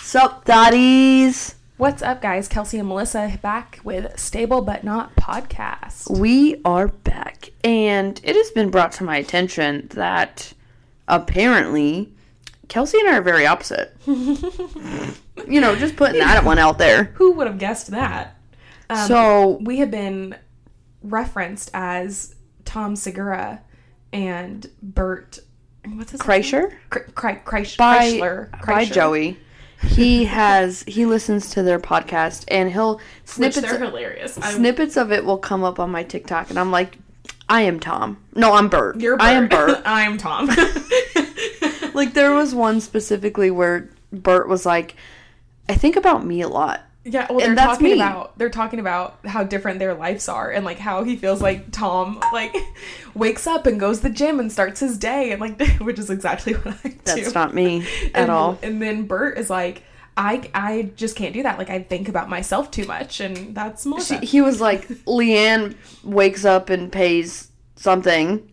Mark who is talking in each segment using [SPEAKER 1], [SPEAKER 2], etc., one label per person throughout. [SPEAKER 1] Sup, daddies?
[SPEAKER 2] What's up, guys? Kelsey and Melissa back with Stable But Not Podcast.
[SPEAKER 1] We are back, and it has been brought to my attention that apparently Kelsey and I are very opposite. you know, just putting that one out there.
[SPEAKER 2] Who would have guessed that? Um,
[SPEAKER 1] so,
[SPEAKER 2] we have been referenced as Tom Segura and Bert. What's his
[SPEAKER 1] Kreischer?
[SPEAKER 2] name? Kre- Kre- Kreisch-
[SPEAKER 1] by,
[SPEAKER 2] Kreisler.
[SPEAKER 1] by
[SPEAKER 2] Kreischer.
[SPEAKER 1] Joey. He has he listens to their podcast and he'll
[SPEAKER 2] Which
[SPEAKER 1] snippets
[SPEAKER 2] they're hilarious. I'm-
[SPEAKER 1] snippets of it will come up on my TikTok and I'm like, I am Tom. No, I'm Bert.
[SPEAKER 2] you're
[SPEAKER 1] I am Bert.
[SPEAKER 2] I'm Tom.
[SPEAKER 1] Like there was one specifically where Bert was like, "I think about me a lot."
[SPEAKER 2] Yeah, well, they're
[SPEAKER 1] And that's
[SPEAKER 2] talking
[SPEAKER 1] me.
[SPEAKER 2] about they're talking about how different their lives are, and like how he feels like Tom like wakes up and goes to the gym and starts his day, and like which is exactly what I do.
[SPEAKER 1] That's not me at
[SPEAKER 2] and,
[SPEAKER 1] all.
[SPEAKER 2] And then Bert is like, I I just can't do that. Like I think about myself too much, and that's Melissa.
[SPEAKER 1] He was like, "Leanne wakes up and pays something,"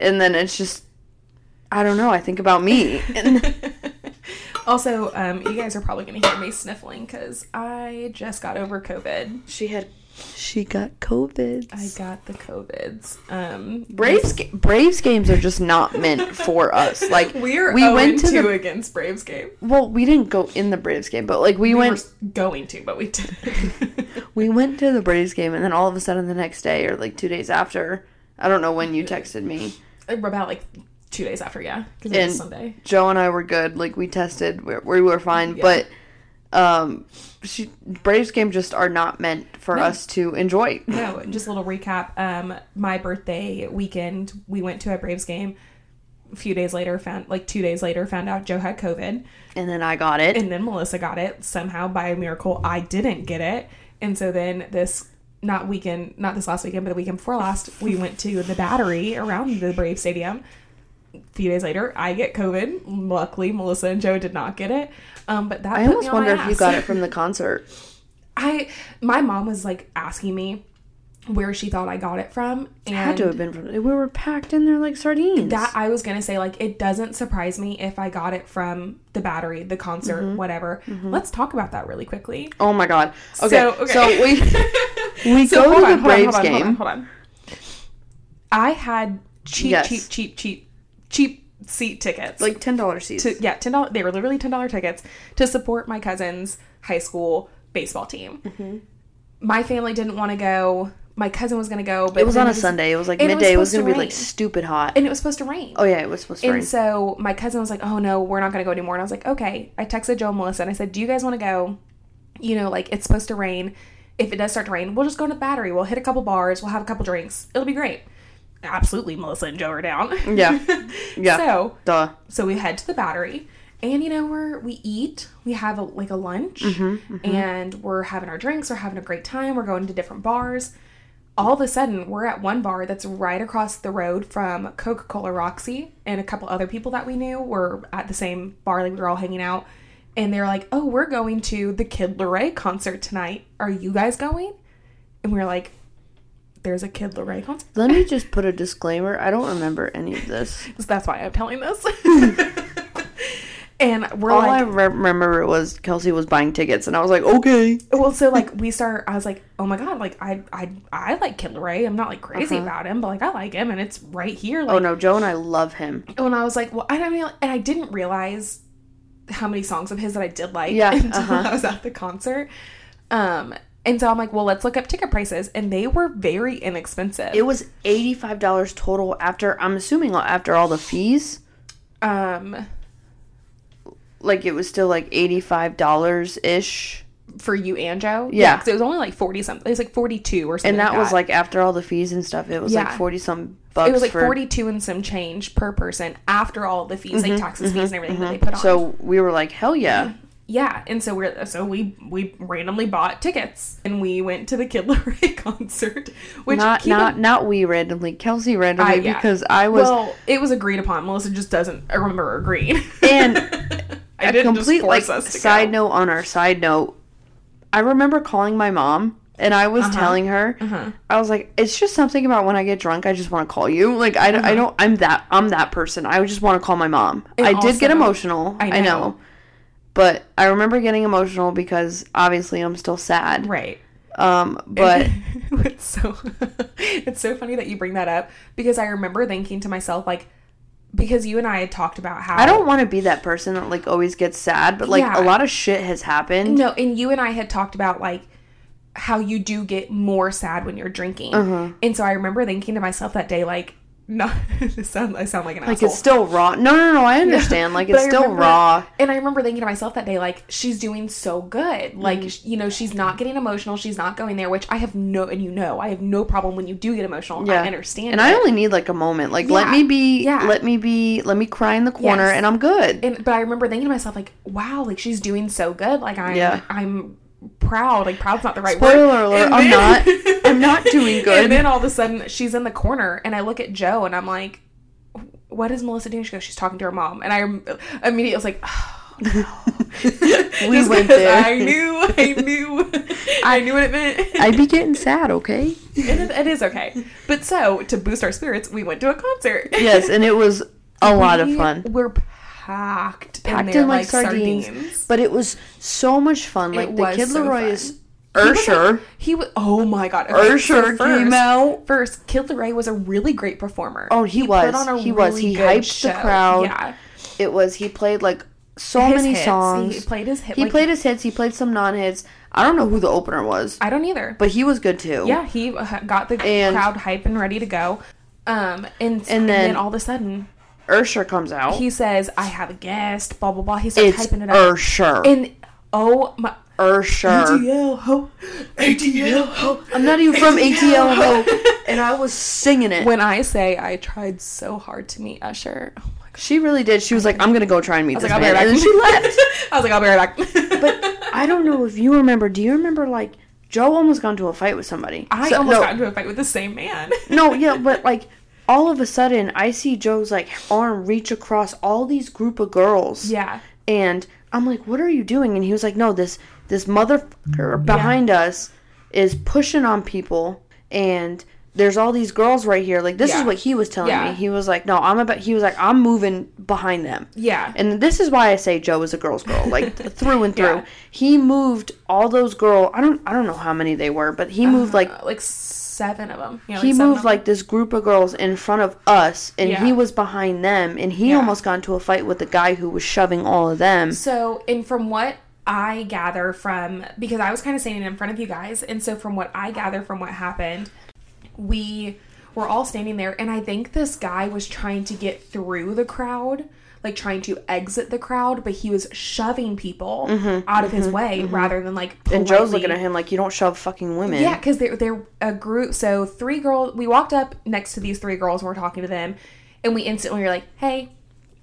[SPEAKER 1] and then it's just, I don't know. I think about me, and
[SPEAKER 2] also, um, you guys are probably gonna hear me sniffling because I just got over COVID.
[SPEAKER 1] she had, she got COVID.
[SPEAKER 2] I got the COVIDs. Um,
[SPEAKER 1] Braves ga- Braves games are just not meant for us. Like
[SPEAKER 2] we're oh
[SPEAKER 1] we went to
[SPEAKER 2] two
[SPEAKER 1] the
[SPEAKER 2] against Braves game.
[SPEAKER 1] well, we didn't go in the Braves game, but like we,
[SPEAKER 2] we
[SPEAKER 1] went
[SPEAKER 2] were s- going to, but we did.
[SPEAKER 1] we went to the Braves game, and then all of a sudden the next day or like two days after, I don't know when you texted me.
[SPEAKER 2] About like two days after, yeah, because
[SPEAKER 1] And-
[SPEAKER 2] it's Sunday.
[SPEAKER 1] Joe and I were good. Like we tested, we, we were fine.
[SPEAKER 2] Yeah.
[SPEAKER 1] But um, she Braves game just are not meant for us to enjoy.
[SPEAKER 2] No, just a little recap. Um, my birthday weekend, we went to a Braves game. A few days later, found like two days later, found out Joe had COVID,
[SPEAKER 1] And then I got it.
[SPEAKER 2] and then Melissa got it somehow by a miracle. I didn't get it, and so then this not weekend, not this last weekend, but the weekend before last, we went to the Battery around the Brave Stadium. A few days later, I get COVID. Luckily, Melissa and Joe did not get it. Um, but that
[SPEAKER 1] I
[SPEAKER 2] put me
[SPEAKER 1] almost
[SPEAKER 2] on my
[SPEAKER 1] wonder if you
[SPEAKER 2] ass.
[SPEAKER 1] got it from the concert.
[SPEAKER 2] I my mom was like asking me where she thought I got it from, and
[SPEAKER 1] Had to have been from. We were packed in there like sardines.
[SPEAKER 2] that I was gonna say like it doesn't surprise me if I got it from the battery, the concert,
[SPEAKER 1] Mm-hmm.
[SPEAKER 2] whatever. Let's talk about that really quickly.
[SPEAKER 1] oh my god. Okay.
[SPEAKER 2] So,
[SPEAKER 1] So,
[SPEAKER 2] okay.
[SPEAKER 1] we we
[SPEAKER 2] So
[SPEAKER 1] go
[SPEAKER 2] hold
[SPEAKER 1] to
[SPEAKER 2] on,
[SPEAKER 1] the
[SPEAKER 2] hold on,
[SPEAKER 1] Braves
[SPEAKER 2] hold on,
[SPEAKER 1] game.
[SPEAKER 2] Hold on, hold on. I had cheap,
[SPEAKER 1] Yes.
[SPEAKER 2] cheap, cheap, cheap, cheap seat tickets.
[SPEAKER 1] Like ten dollars seats.
[SPEAKER 2] to yeah, ten dollars. They were literally ten dollar tickets to support my cousin's high school baseball team.
[SPEAKER 1] Mm-hmm.
[SPEAKER 2] My family didn't want to go. My cousin was gonna go, but
[SPEAKER 1] it was
[SPEAKER 2] then
[SPEAKER 1] on a Sunday. It was like
[SPEAKER 2] and
[SPEAKER 1] midday. It was,
[SPEAKER 2] supposed
[SPEAKER 1] gonna be
[SPEAKER 2] rain.
[SPEAKER 1] like stupid hot.
[SPEAKER 2] and it was supposed to rain.
[SPEAKER 1] oh yeah, it was supposed to rain.
[SPEAKER 2] And so my cousin was like, "Oh no, we're not going to go anymore." And I was like, "Okay." I texted Joe and Melissa and I said, "Do you guys want to go? You know, like it's supposed to rain. If it does start to rain, we'll just go to the battery. We'll hit a couple bars. We'll have a couple drinks. It'll be great." Absolutely, Melissa and Joe are down.
[SPEAKER 1] Yeah. Yeah.
[SPEAKER 2] So
[SPEAKER 1] Duh.
[SPEAKER 2] so we head to the battery and you know we're we eat we have a, like a lunch
[SPEAKER 1] Mm-hmm,
[SPEAKER 2] and we're having our drinks we're having a great time we're going to different bars all of a sudden we're at one bar that's right across the road from coca-cola roxy and a couple other people that we knew were at the same bar like we were all hanging out and they're like oh we're going to the kid Leray concert tonight are you guys going and we we're like there's a kid Leray concert
[SPEAKER 1] Let me just put a disclaimer. I don't remember any of this.
[SPEAKER 2] so that's why i'm telling this and we're
[SPEAKER 1] All
[SPEAKER 2] like
[SPEAKER 1] I re- remember was Kelsey was buying tickets, and I was like, okay.
[SPEAKER 2] well so like we start i was like oh my god like i i i like kid Ray. i'm not like crazy about him but like i like him and it's right here
[SPEAKER 1] Uh-huh. Oh
[SPEAKER 2] like
[SPEAKER 1] no, Joe and I love him.
[SPEAKER 2] when i was like well i don't know and i didn't realize how many songs of his that i did like
[SPEAKER 1] Yeah,
[SPEAKER 2] until
[SPEAKER 1] uh-huh.
[SPEAKER 2] i was at the concert um and so i'm like well let's look up ticket prices and they were very inexpensive
[SPEAKER 1] It was eighty-five dollars total after. I'm assuming after all the fees,
[SPEAKER 2] um
[SPEAKER 1] like it was still like eighty-five dollars ish,
[SPEAKER 2] for you and joe
[SPEAKER 1] Yeah.
[SPEAKER 2] 'cause it was only like 40 something it was like 42 or
[SPEAKER 1] and
[SPEAKER 2] something
[SPEAKER 1] that was
[SPEAKER 2] like.
[SPEAKER 1] like after all the fees and stuff. It was
[SPEAKER 2] Yeah.
[SPEAKER 1] like forty some bucks.
[SPEAKER 2] it was like
[SPEAKER 1] for,
[SPEAKER 2] 42 and some change per person after all the fees like taxes fees and everything that they put on
[SPEAKER 1] Mm-hmm, So we were like, hell yeah.
[SPEAKER 2] yeah and so we're so we we randomly bought tickets and we went to the kid Laroi concert which
[SPEAKER 1] Not
[SPEAKER 2] keep in-
[SPEAKER 1] not not we randomly. Kelsey randomly
[SPEAKER 2] I- yeah.
[SPEAKER 1] because I was
[SPEAKER 2] well it was agreed upon melissa just doesn't I remember agreeing
[SPEAKER 1] And
[SPEAKER 2] i
[SPEAKER 1] a
[SPEAKER 2] didn't
[SPEAKER 1] complete
[SPEAKER 2] just force
[SPEAKER 1] like
[SPEAKER 2] us to
[SPEAKER 1] side
[SPEAKER 2] go.
[SPEAKER 1] note on our side note. I remember calling my mom And I was telling her,
[SPEAKER 2] Uh-huh.
[SPEAKER 1] I was like, it's just something about when I get drunk, I just want to call you. Like I, d-
[SPEAKER 2] Uh-huh.
[SPEAKER 1] I don't, I'm that, I'm that person. I just want to call my mom.
[SPEAKER 2] And
[SPEAKER 1] I did get
[SPEAKER 2] also-
[SPEAKER 1] emotional.
[SPEAKER 2] I
[SPEAKER 1] I know.
[SPEAKER 2] know.
[SPEAKER 1] but I remember getting emotional because obviously I'm still sad.
[SPEAKER 2] Right.
[SPEAKER 1] Um, but
[SPEAKER 2] it's so it's so funny that you bring that up because I remember thinking to myself like because you and I had talked about how
[SPEAKER 1] I don't want to be that person that like always gets sad. But like
[SPEAKER 2] Yeah.
[SPEAKER 1] a lot of shit has happened.
[SPEAKER 2] No, and you and I had talked about like how you do get more sad when you're drinking.
[SPEAKER 1] Uh-huh.
[SPEAKER 2] And so I remember thinking to myself that day, like, not this sound, I sound like an
[SPEAKER 1] like
[SPEAKER 2] asshole.
[SPEAKER 1] it's still raw. No, no, no. I understand. Like
[SPEAKER 2] But
[SPEAKER 1] it's
[SPEAKER 2] I
[SPEAKER 1] still
[SPEAKER 2] remember-
[SPEAKER 1] raw.
[SPEAKER 2] And I remember thinking to myself that day, like, she's doing so good. Like, sh
[SPEAKER 1] Mm-hmm.
[SPEAKER 2] you know, she's not getting emotional. She's not going there, which I have no, and you know, I have no problem when you do get emotional.
[SPEAKER 1] Yeah.
[SPEAKER 2] I understand.
[SPEAKER 1] And
[SPEAKER 2] it.
[SPEAKER 1] I only need like a moment. Like let
[SPEAKER 2] Yeah.
[SPEAKER 1] me be.
[SPEAKER 2] Yeah.
[SPEAKER 1] Let me be. Let me cry in the corner,
[SPEAKER 2] Yes.
[SPEAKER 1] and I'm good.
[SPEAKER 2] and but I remember thinking to myself like, wow, like she's doing so good. Like I'm
[SPEAKER 1] Yeah.
[SPEAKER 2] I'm proud. Like proud's not the right
[SPEAKER 1] Spoiler
[SPEAKER 2] word.
[SPEAKER 1] alert,
[SPEAKER 2] And
[SPEAKER 1] I'm not- I'm not doing good.
[SPEAKER 2] And then all of a sudden she's in the corner and I look at Joe and I'm like, what is Melissa doing? She goes, she's talking to her mom. And I rem- immediately was like, oh, no.
[SPEAKER 1] We
[SPEAKER 2] Just
[SPEAKER 1] went
[SPEAKER 2] 'cause
[SPEAKER 1] there.
[SPEAKER 2] I knew, I knew, I knew what it meant.
[SPEAKER 1] I'd be getting sad. Okay.
[SPEAKER 2] it, is, it is okay. But so to boost our spirits, we went to a concert.
[SPEAKER 1] Yes, and it was a lot of
[SPEAKER 2] We
[SPEAKER 1] fun.
[SPEAKER 2] We're packed,
[SPEAKER 1] Packed
[SPEAKER 2] in, there
[SPEAKER 1] in like, sardines, but it was so much fun. Like the
[SPEAKER 2] was
[SPEAKER 1] Kid
[SPEAKER 2] so
[SPEAKER 1] Leroy
[SPEAKER 2] fun.
[SPEAKER 1] is
[SPEAKER 2] He was
[SPEAKER 1] Ursher.
[SPEAKER 2] like- He was. Oh my god. Okay, so
[SPEAKER 1] Ursher came out.
[SPEAKER 2] First, Kid Leroy was a really great performer.
[SPEAKER 1] Oh, he was. He was. He
[SPEAKER 2] good
[SPEAKER 1] hyped the crowd.
[SPEAKER 2] Yeah.
[SPEAKER 1] It was he played like so
[SPEAKER 2] His
[SPEAKER 1] many
[SPEAKER 2] hits.
[SPEAKER 1] songs.
[SPEAKER 2] He played his hit.
[SPEAKER 1] He
[SPEAKER 2] like,
[SPEAKER 1] played his hits. He played some non-hits. I don't know who the opener was,
[SPEAKER 2] I don't either.
[SPEAKER 1] but he was good too.
[SPEAKER 2] yeah, he uh, got the
[SPEAKER 1] And-
[SPEAKER 2] crowd hype and ready to go. Um, and and then,
[SPEAKER 1] then-
[SPEAKER 2] all of a sudden
[SPEAKER 1] Ursher comes out.
[SPEAKER 2] he says, "I have a guest." Blah blah blah. He starts
[SPEAKER 1] it's
[SPEAKER 2] hyping it up.
[SPEAKER 1] Ursher.
[SPEAKER 2] and oh my.
[SPEAKER 1] Ursher.
[SPEAKER 2] ATL ho, ATL ho.
[SPEAKER 1] I'm not even from ATL, ho, and I was singing it.
[SPEAKER 2] When I say I tried so hard to meet Usher, oh my
[SPEAKER 1] she really did. She was like, "I'm gonna go try and meet
[SPEAKER 2] I was
[SPEAKER 1] this
[SPEAKER 2] like, I'll be
[SPEAKER 1] man,"
[SPEAKER 2] right back.
[SPEAKER 1] and then she left.
[SPEAKER 2] I was like, I'll be right back.
[SPEAKER 1] But I don't know if you remember. Do you remember like Joe almost got into a fight with somebody?
[SPEAKER 2] I
[SPEAKER 1] So-
[SPEAKER 2] almost
[SPEAKER 1] no,
[SPEAKER 2] got into a fight with the same man.
[SPEAKER 1] No, yeah, but like all of a sudden, I see Joe's like arm reach across all these group of girls.
[SPEAKER 2] yeah.
[SPEAKER 1] and I'm like, "What are you doing?" And he was like, "No, this this motherfucker behind us is pushing on people, and there's all these girls right here." Like this
[SPEAKER 2] Yeah.
[SPEAKER 1] is what he was telling
[SPEAKER 2] Yeah.
[SPEAKER 1] me. He was like, "No, I'm about." He was like, "I'm moving behind them."
[SPEAKER 2] Yeah.
[SPEAKER 1] And this is why I say Joe is a girl's girl, like through and through.
[SPEAKER 2] Yeah.
[SPEAKER 1] He moved all those girl. I don't. I don't know how many they were, but he moved like
[SPEAKER 2] Uh, like seven of them. Yeah,
[SPEAKER 1] he
[SPEAKER 2] seven
[SPEAKER 1] moved
[SPEAKER 2] of
[SPEAKER 1] like this group of girls in front of us, and
[SPEAKER 2] Yeah.
[SPEAKER 1] he was behind them, and he
[SPEAKER 2] Yeah.
[SPEAKER 1] almost got into a fight with the guy who was shoving all of them.
[SPEAKER 2] So, and from what I gather from, because I was kind of standing in front of you guys, and so from what I gather from what happened, we were all standing there, and I think this guy was trying to get through the crowd, like trying to exit the crowd, but he was shoving people out of his way rather than like.
[SPEAKER 1] And Joe's
[SPEAKER 2] politely-
[SPEAKER 1] looking at him like, you don't shove fucking women.
[SPEAKER 2] Yeah, because they're they're a group. So three girls. We walked up next to these three girls and we're talking to them, and we instantly were like, "Hey,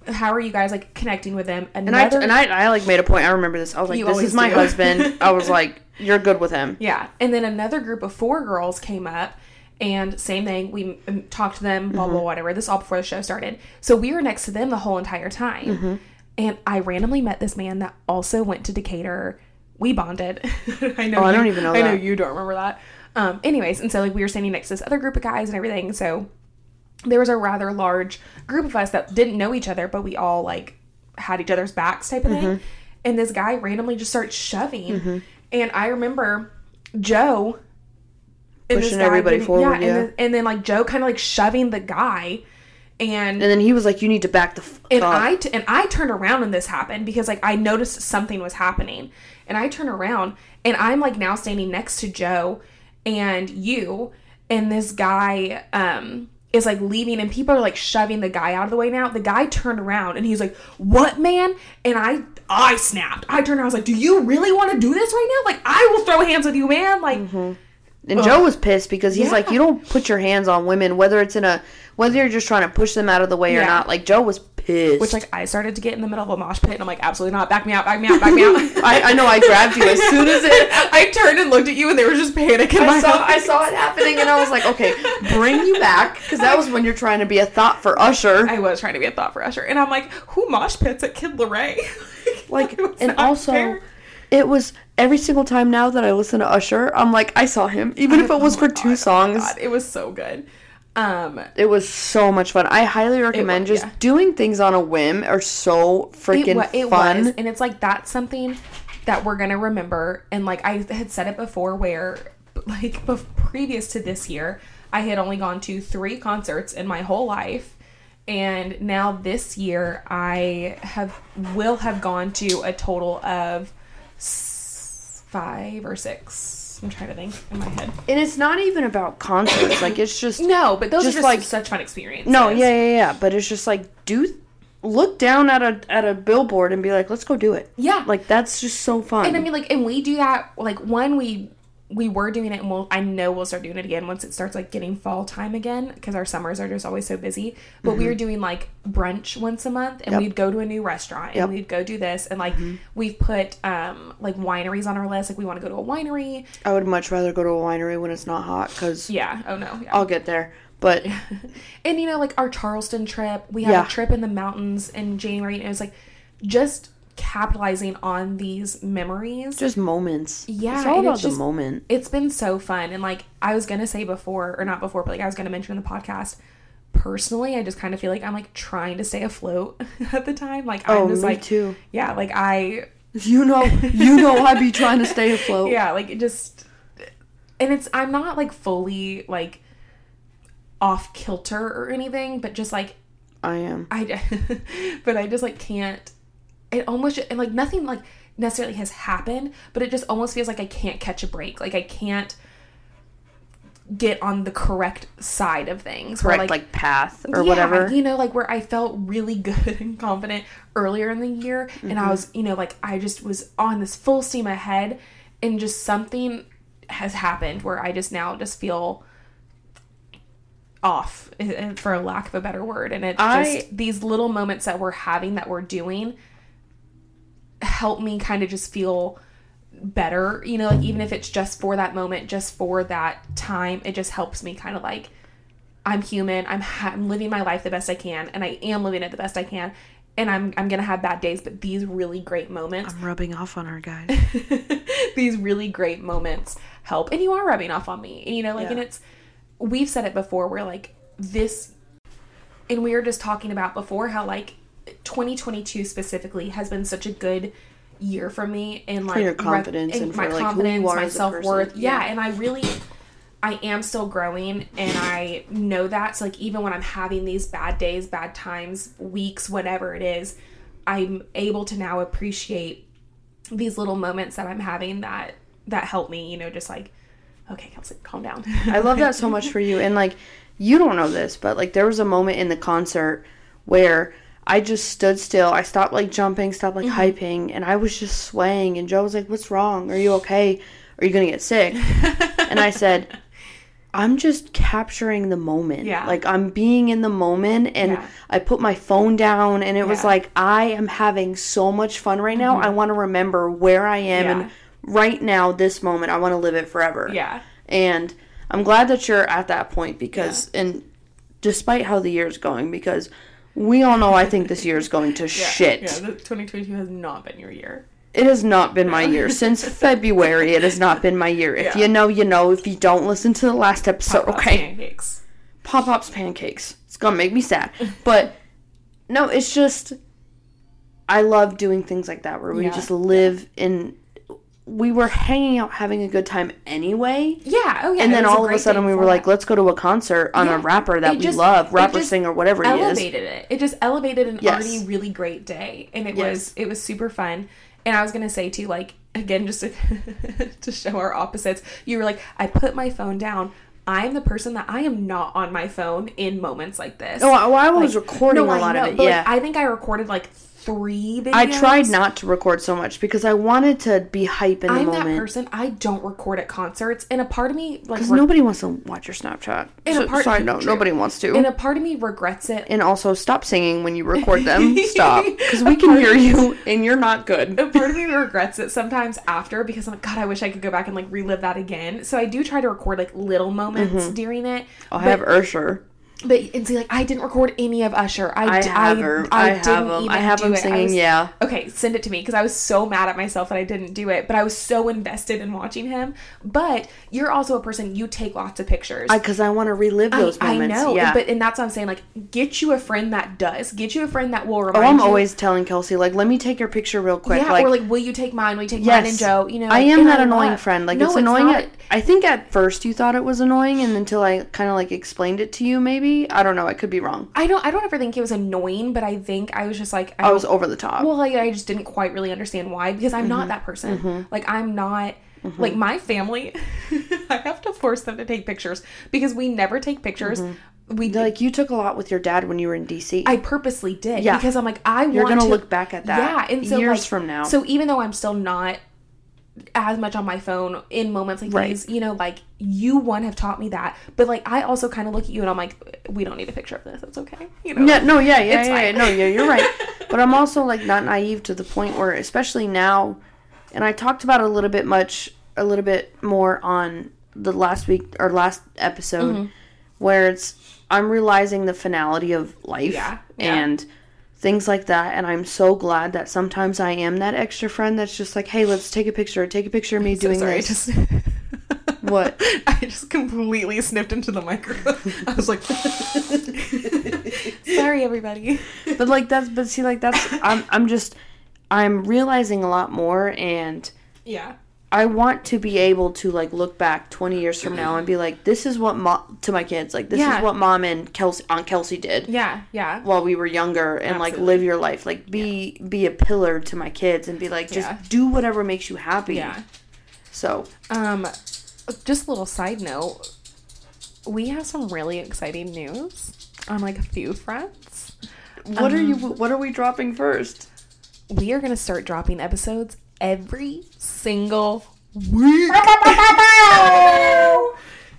[SPEAKER 2] how are you guys like connecting with them?"
[SPEAKER 1] And I, and I, I like made a point. I remember this. I was like,
[SPEAKER 2] You
[SPEAKER 1] this
[SPEAKER 2] always
[SPEAKER 1] is my
[SPEAKER 2] do.
[SPEAKER 1] husband. I was like, you're good with him.
[SPEAKER 2] yeah, and then another group of four girls came up. And same thing, we um, talked to them, blah,
[SPEAKER 1] Mm-hmm.
[SPEAKER 2] blah, whatever. This is all before the show started. So we were next to them the whole entire time.
[SPEAKER 1] Mm-hmm.
[SPEAKER 2] And I randomly met this man that also went to Decatur. We bonded. I know.
[SPEAKER 1] Oh, I
[SPEAKER 2] you-
[SPEAKER 1] don't even know
[SPEAKER 2] I know
[SPEAKER 1] that.
[SPEAKER 2] you don't remember that. Um, anyways, and so like we were standing next to this other group of guys and everything. So there was a rather large group of us that didn't know each other, but we all like had each other's backs type of
[SPEAKER 1] Mm-hmm.
[SPEAKER 2] thing. And this guy randomly just starts shoving. And I remember Joe and this
[SPEAKER 1] Pushing
[SPEAKER 2] guy
[SPEAKER 1] everybody
[SPEAKER 2] getting-
[SPEAKER 1] forward,
[SPEAKER 2] and,
[SPEAKER 1] yeah.
[SPEAKER 2] then, and then like Joe kind of like shoving the guy,
[SPEAKER 1] And
[SPEAKER 2] and
[SPEAKER 1] then he was like, you need to back the fuck
[SPEAKER 2] and
[SPEAKER 1] up.
[SPEAKER 2] I t- and I turned around when this happened because like I noticed something was happening, and I turn around and I'm like now standing next to Joe and you, and this guy um is like leaving and people are like shoving the guy out of the way now. The guy turned around and he's like, "What, man?" And I I snapped. I turned around. I was like, "Do you really want to do this right now? Like I will throw hands with you, man!" Like
[SPEAKER 1] and Joe was pissed because he's
[SPEAKER 2] Yeah.
[SPEAKER 1] like, you don't put your hands on women, whether it's in a, whether you're just trying to push them out of the way or
[SPEAKER 2] Yeah.
[SPEAKER 1] not. Like, Joe was pissed.
[SPEAKER 2] Which like I started to get in the middle of a mosh pit and I'm like, absolutely not, back me out, back me out, back me out.
[SPEAKER 1] I, I know I grabbed you as soon as it.
[SPEAKER 2] I turned and looked at you and there was just panic in my
[SPEAKER 1] I saw, I
[SPEAKER 2] eyes.
[SPEAKER 1] saw it happening and I was like, okay, bring you back. Because that was when you're trying to be a thought for Usher.
[SPEAKER 2] I was trying to be a thought for Usher. And I'm like, who mosh pits at Kid Leray?
[SPEAKER 1] like
[SPEAKER 2] It was
[SPEAKER 1] and
[SPEAKER 2] not
[SPEAKER 1] also
[SPEAKER 2] fair.
[SPEAKER 1] it was every single time now that I listen to Usher, I'm like, I saw him, even if it was for two songs.
[SPEAKER 2] Oh God, it was so good. Um,
[SPEAKER 1] It was so much fun. I highly recommend just
[SPEAKER 2] yeah.
[SPEAKER 1] doing things on a whim are so freaking
[SPEAKER 2] it, wa- it
[SPEAKER 1] fun.
[SPEAKER 2] was and it's like that's something that we're gonna remember and like i had said it before where like bef- previous to this year i had only gone to three concerts in my whole life and now this year i have will have gone to a total of s- five or six i'm trying to think in my head
[SPEAKER 1] And it's not even about concerts. like it's just
[SPEAKER 2] no but those
[SPEAKER 1] Just
[SPEAKER 2] are just
[SPEAKER 1] like-
[SPEAKER 2] like such fun experiences
[SPEAKER 1] No, yeah, yeah, yeah. But it's just like do look down at a at a billboard and be like, let's go do it.
[SPEAKER 2] yeah
[SPEAKER 1] Like that's just so fun.
[SPEAKER 2] And I mean, like, and we do that. Like, one we we were doing it, and we'll I know we'll start doing it again once it starts like getting fall time again because our summers are just always so busy. But we were
[SPEAKER 1] Mm-hmm.
[SPEAKER 2] doing like brunch once a month, and we'd go to a new restaurant, and
[SPEAKER 1] Yep. Mm-hmm.
[SPEAKER 2] we'd go do this, and like we've put um like wineries on our list. Like, we want to go to a winery.
[SPEAKER 1] I would much rather go to a winery when it's not hot because
[SPEAKER 2] Yeah. Oh no. Yeah.
[SPEAKER 1] I'll get there. But
[SPEAKER 2] and you know like our charleston trip we had
[SPEAKER 1] Yeah.
[SPEAKER 2] a trip in the mountains in january and it was like just capitalizing on these memories
[SPEAKER 1] just moments.
[SPEAKER 2] Yeah,
[SPEAKER 1] it's all
[SPEAKER 2] and
[SPEAKER 1] about
[SPEAKER 2] it's
[SPEAKER 1] the
[SPEAKER 2] just-
[SPEAKER 1] moment.
[SPEAKER 2] it's been so fun and like i was gonna say before or not before but like i was gonna mention in the podcast personally i just kind of feel like i'm like trying to stay afloat at the time like i'm
[SPEAKER 1] Oh,
[SPEAKER 2] just
[SPEAKER 1] me
[SPEAKER 2] like
[SPEAKER 1] too.
[SPEAKER 2] yeah like i
[SPEAKER 1] You know, you know, I be trying to stay afloat.
[SPEAKER 2] yeah like it just and it's i'm not like fully like off kilter or anything but just like
[SPEAKER 1] I am.
[SPEAKER 2] I, but I just like can't. It almost and like nothing like necessarily has happened, but it just almost feels like I can't catch a break. Like I can't get on the correct side of things. where,
[SPEAKER 1] Correct, like, path or
[SPEAKER 2] yeah,
[SPEAKER 1] whatever.
[SPEAKER 2] You know, like where I felt really good and confident earlier in the year, and
[SPEAKER 1] Mm-hmm.
[SPEAKER 2] I was, you know, like I just was on this full steam ahead, and just something has happened where I just now just feel off, i- i- for a lack of a better word. And it's
[SPEAKER 1] I-
[SPEAKER 2] just these little moments that we're having that we're doing help me kind of just feel better, you know, like even if it's just for that moment, just for that time, it just helps me kind of like I'm human. I'm ha- I'm living my life the best I can, and I am living it the best I can. And I'm I'm gonna have bad days, but these really great moments,
[SPEAKER 1] I'm rubbing off on her guys.
[SPEAKER 2] these really great moments help. And you are rubbing off on me, and you know, like,
[SPEAKER 1] Yeah.
[SPEAKER 2] and it's we've said it before. We're like this, and we were just talking about before how like 2022 specifically has been such a good year for me and like
[SPEAKER 1] your
[SPEAKER 2] rec-
[SPEAKER 1] confidence and for, like, who you are
[SPEAKER 2] my
[SPEAKER 1] as a
[SPEAKER 2] self worth.
[SPEAKER 1] person.
[SPEAKER 2] Yeah.
[SPEAKER 1] Yeah.
[SPEAKER 2] and I really. I am still growing and I know that. So like even when I'm having these bad days, bad times, weeks, whatever it is, I'm able to now appreciate these little moments that I'm having that that help me, you know, just like, okay, Kelsey, calm down.
[SPEAKER 1] I love that so much for you. And like, you don't know this, but like, there was a moment in the concert where I just stood still. I stopped like jumping, stopped like
[SPEAKER 2] Mm-hmm.
[SPEAKER 1] hyping, and I was just swaying. And Joe was like, "What's wrong? Are you okay? Are you gonna get sick?" and I said, "I'm just capturing the moment.
[SPEAKER 2] Yeah.
[SPEAKER 1] Like I'm being in the moment." And
[SPEAKER 2] Yeah.
[SPEAKER 1] I put my phone down, and it was
[SPEAKER 2] Yeah. Mm-hmm.
[SPEAKER 1] like, "I am having so much fun right now. I want to remember where I am
[SPEAKER 2] Yeah.
[SPEAKER 1] and." Right now, this moment, I want to live it forever.
[SPEAKER 2] yeah.
[SPEAKER 1] And I'm glad that you're at that point because, and despite how the year's going, because we all know I think this year's going to
[SPEAKER 2] Yeah.
[SPEAKER 1] shit.
[SPEAKER 2] Yeah, the 2022 has not been your year.
[SPEAKER 1] It has not been my year. Since February, it has not been my year. If
[SPEAKER 2] Yeah.
[SPEAKER 1] you know, you know. If you don't, listen to the last episode,
[SPEAKER 2] Lots of
[SPEAKER 1] okay?
[SPEAKER 2] Pancakes.
[SPEAKER 1] Pop Pop's pancakes. It's gonna make me sad. But no, it's just I love doing things like that where we
[SPEAKER 2] Yeah.
[SPEAKER 1] just live in. We were hanging out, having a good time anyway.
[SPEAKER 2] Yeah. Oh yeah.
[SPEAKER 1] and
[SPEAKER 2] it
[SPEAKER 1] then
[SPEAKER 2] was
[SPEAKER 1] all of a
[SPEAKER 2] great
[SPEAKER 1] sudden
[SPEAKER 2] thing
[SPEAKER 1] we
[SPEAKER 2] for
[SPEAKER 1] were
[SPEAKER 2] that.
[SPEAKER 1] like, let's go to a concert on a
[SPEAKER 2] Yeah.
[SPEAKER 1] rapper that
[SPEAKER 2] It
[SPEAKER 1] we
[SPEAKER 2] just-
[SPEAKER 1] love,
[SPEAKER 2] it
[SPEAKER 1] rapper,
[SPEAKER 2] just
[SPEAKER 1] singer, whatever he is.
[SPEAKER 2] elevated it. It just elevated an
[SPEAKER 1] Yes.
[SPEAKER 2] already really great day, and it
[SPEAKER 1] Yes.
[SPEAKER 2] was it was super fun. And I was gonna say too, like again, just to, to show our opposites, you were like, I put my phone down. I'm the person that I am not on my phone in moments like this.
[SPEAKER 1] Oh, I, well, I was recording
[SPEAKER 2] No,
[SPEAKER 1] a
[SPEAKER 2] I
[SPEAKER 1] lot
[SPEAKER 2] know,
[SPEAKER 1] of it.
[SPEAKER 2] but, like,
[SPEAKER 1] Yeah,
[SPEAKER 2] I think I recorded like three videos.
[SPEAKER 1] I, tried not to record so much because I wanted to be hype in the
[SPEAKER 2] I'm that
[SPEAKER 1] moment.
[SPEAKER 2] person. I don't record at concerts, and a part of me like
[SPEAKER 1] Because
[SPEAKER 2] re-
[SPEAKER 1] nobody wants to watch your Snapchat.
[SPEAKER 2] And a
[SPEAKER 1] So-
[SPEAKER 2] part-
[SPEAKER 1] sorry, no,
[SPEAKER 2] true.
[SPEAKER 1] nobody wants to.
[SPEAKER 2] and
[SPEAKER 1] And,
[SPEAKER 2] a part of me regrets it.
[SPEAKER 1] also, stop singing when you record them. stop, because we can hear you, and you're not good.
[SPEAKER 2] A part of me regrets it sometimes after because I'm like, God, I wish I could go back and like relive that again. So I do try to record like little moments during it.
[SPEAKER 1] I
[SPEAKER 2] but
[SPEAKER 1] Mm-hmm. have Ursher.
[SPEAKER 2] But and see, like I didn't record any of Usher. I
[SPEAKER 1] I
[SPEAKER 2] d-
[SPEAKER 1] have her. I, have
[SPEAKER 2] didn't
[SPEAKER 1] them.
[SPEAKER 2] even
[SPEAKER 1] I have
[SPEAKER 2] do
[SPEAKER 1] them
[SPEAKER 2] it. I
[SPEAKER 1] singing.
[SPEAKER 2] was-
[SPEAKER 1] yeah.
[SPEAKER 2] Okay, send it to me because I was so mad at myself that I didn't do it, but I was so invested in watching him. But you're also a person you take lots of pictures.
[SPEAKER 1] Because I, want to relive those
[SPEAKER 2] I
[SPEAKER 1] moments.
[SPEAKER 2] know,
[SPEAKER 1] yeah.
[SPEAKER 2] but and that's what I'm saying. Like, get you a friend that does. Get you a friend that will
[SPEAKER 1] oh,
[SPEAKER 2] remind
[SPEAKER 1] I'm
[SPEAKER 2] you.
[SPEAKER 1] always telling Kelsey, like, let me take your picture real quick.
[SPEAKER 2] yeah,
[SPEAKER 1] like,
[SPEAKER 2] or like, will you take mine? Will you take mine and
[SPEAKER 1] Yes.
[SPEAKER 2] Joe? You know,
[SPEAKER 1] I
[SPEAKER 2] like,
[SPEAKER 1] am
[SPEAKER 2] and
[SPEAKER 1] that annoying
[SPEAKER 2] love-
[SPEAKER 1] friend. Like
[SPEAKER 2] No,
[SPEAKER 1] it's annoying.
[SPEAKER 2] not.
[SPEAKER 1] at, I think at first you thought it was annoying, and until I kind of like explained it to you, maybe I don't know. I could be wrong.
[SPEAKER 2] I don't. I don't ever think it was annoying, but I think I was just like,
[SPEAKER 1] I
[SPEAKER 2] I don't
[SPEAKER 1] was over the top.
[SPEAKER 2] Oh. Well, like I just didn't quite really understand why because I'm
[SPEAKER 1] Mm-hmm.
[SPEAKER 2] not that person. Like I'm not like my family. I have to force them to take pictures because we never take pictures. We
[SPEAKER 1] They're like you took a lot with your dad when you were in DC.
[SPEAKER 2] I purposely did
[SPEAKER 1] Yeah.
[SPEAKER 2] because I'm like I
[SPEAKER 1] You're
[SPEAKER 2] want
[SPEAKER 1] gonna
[SPEAKER 2] to
[SPEAKER 1] look back at that.
[SPEAKER 2] Yeah, and so
[SPEAKER 1] years
[SPEAKER 2] like,
[SPEAKER 1] from now.
[SPEAKER 2] So even though I'm still not as much on my phone in moments like
[SPEAKER 1] Right.
[SPEAKER 2] these, you know, like you one have taught me that, but like I also kind of look at you and I'm like, we don't need a picture of this. It's okay, you know.
[SPEAKER 1] yeah, no, yeah, yeah,
[SPEAKER 2] It's
[SPEAKER 1] yeah, yeah.
[SPEAKER 2] fine.
[SPEAKER 1] No, yeah, you're right. but I'm also like not naive to the point where, especially now, and I talked about it a little bit much, a little bit more on the last week or last episode,
[SPEAKER 2] Mm-hmm.
[SPEAKER 1] where it's I'm realizing the finality of life
[SPEAKER 2] Yeah, yeah.
[SPEAKER 1] and things like that, and I'm so glad that sometimes I am that extra friend that's just like, hey, let's take a picture, take a picture of me
[SPEAKER 2] So
[SPEAKER 1] doing
[SPEAKER 2] sorry, I
[SPEAKER 1] this.
[SPEAKER 2] just
[SPEAKER 1] What?
[SPEAKER 2] I just completely sniffed into the microphone. I was like, sorry, everybody.
[SPEAKER 1] but like that's, but see, like that's I'm I'm just I'm realizing a lot more and.
[SPEAKER 2] Yeah,
[SPEAKER 1] I want to be able to like look back 20 years from now and be like, this is what mom to my kids, like this
[SPEAKER 2] Yeah.
[SPEAKER 1] is what mom and Kelsey Aunt Kelsey did
[SPEAKER 2] yeah, yeah.
[SPEAKER 1] while we were younger, and like
[SPEAKER 2] Absolutely.
[SPEAKER 1] live your life, like be be a pillar to my kids and be like, just
[SPEAKER 2] Yeah.
[SPEAKER 1] do whatever makes you happy.
[SPEAKER 2] Yeah.
[SPEAKER 1] So
[SPEAKER 2] Um, just a little side note. We have some really exciting news on like a few fronts.
[SPEAKER 1] what
[SPEAKER 2] Um,
[SPEAKER 1] are you? What are we dropping first?
[SPEAKER 2] We are gonna start dropping episodes every single week.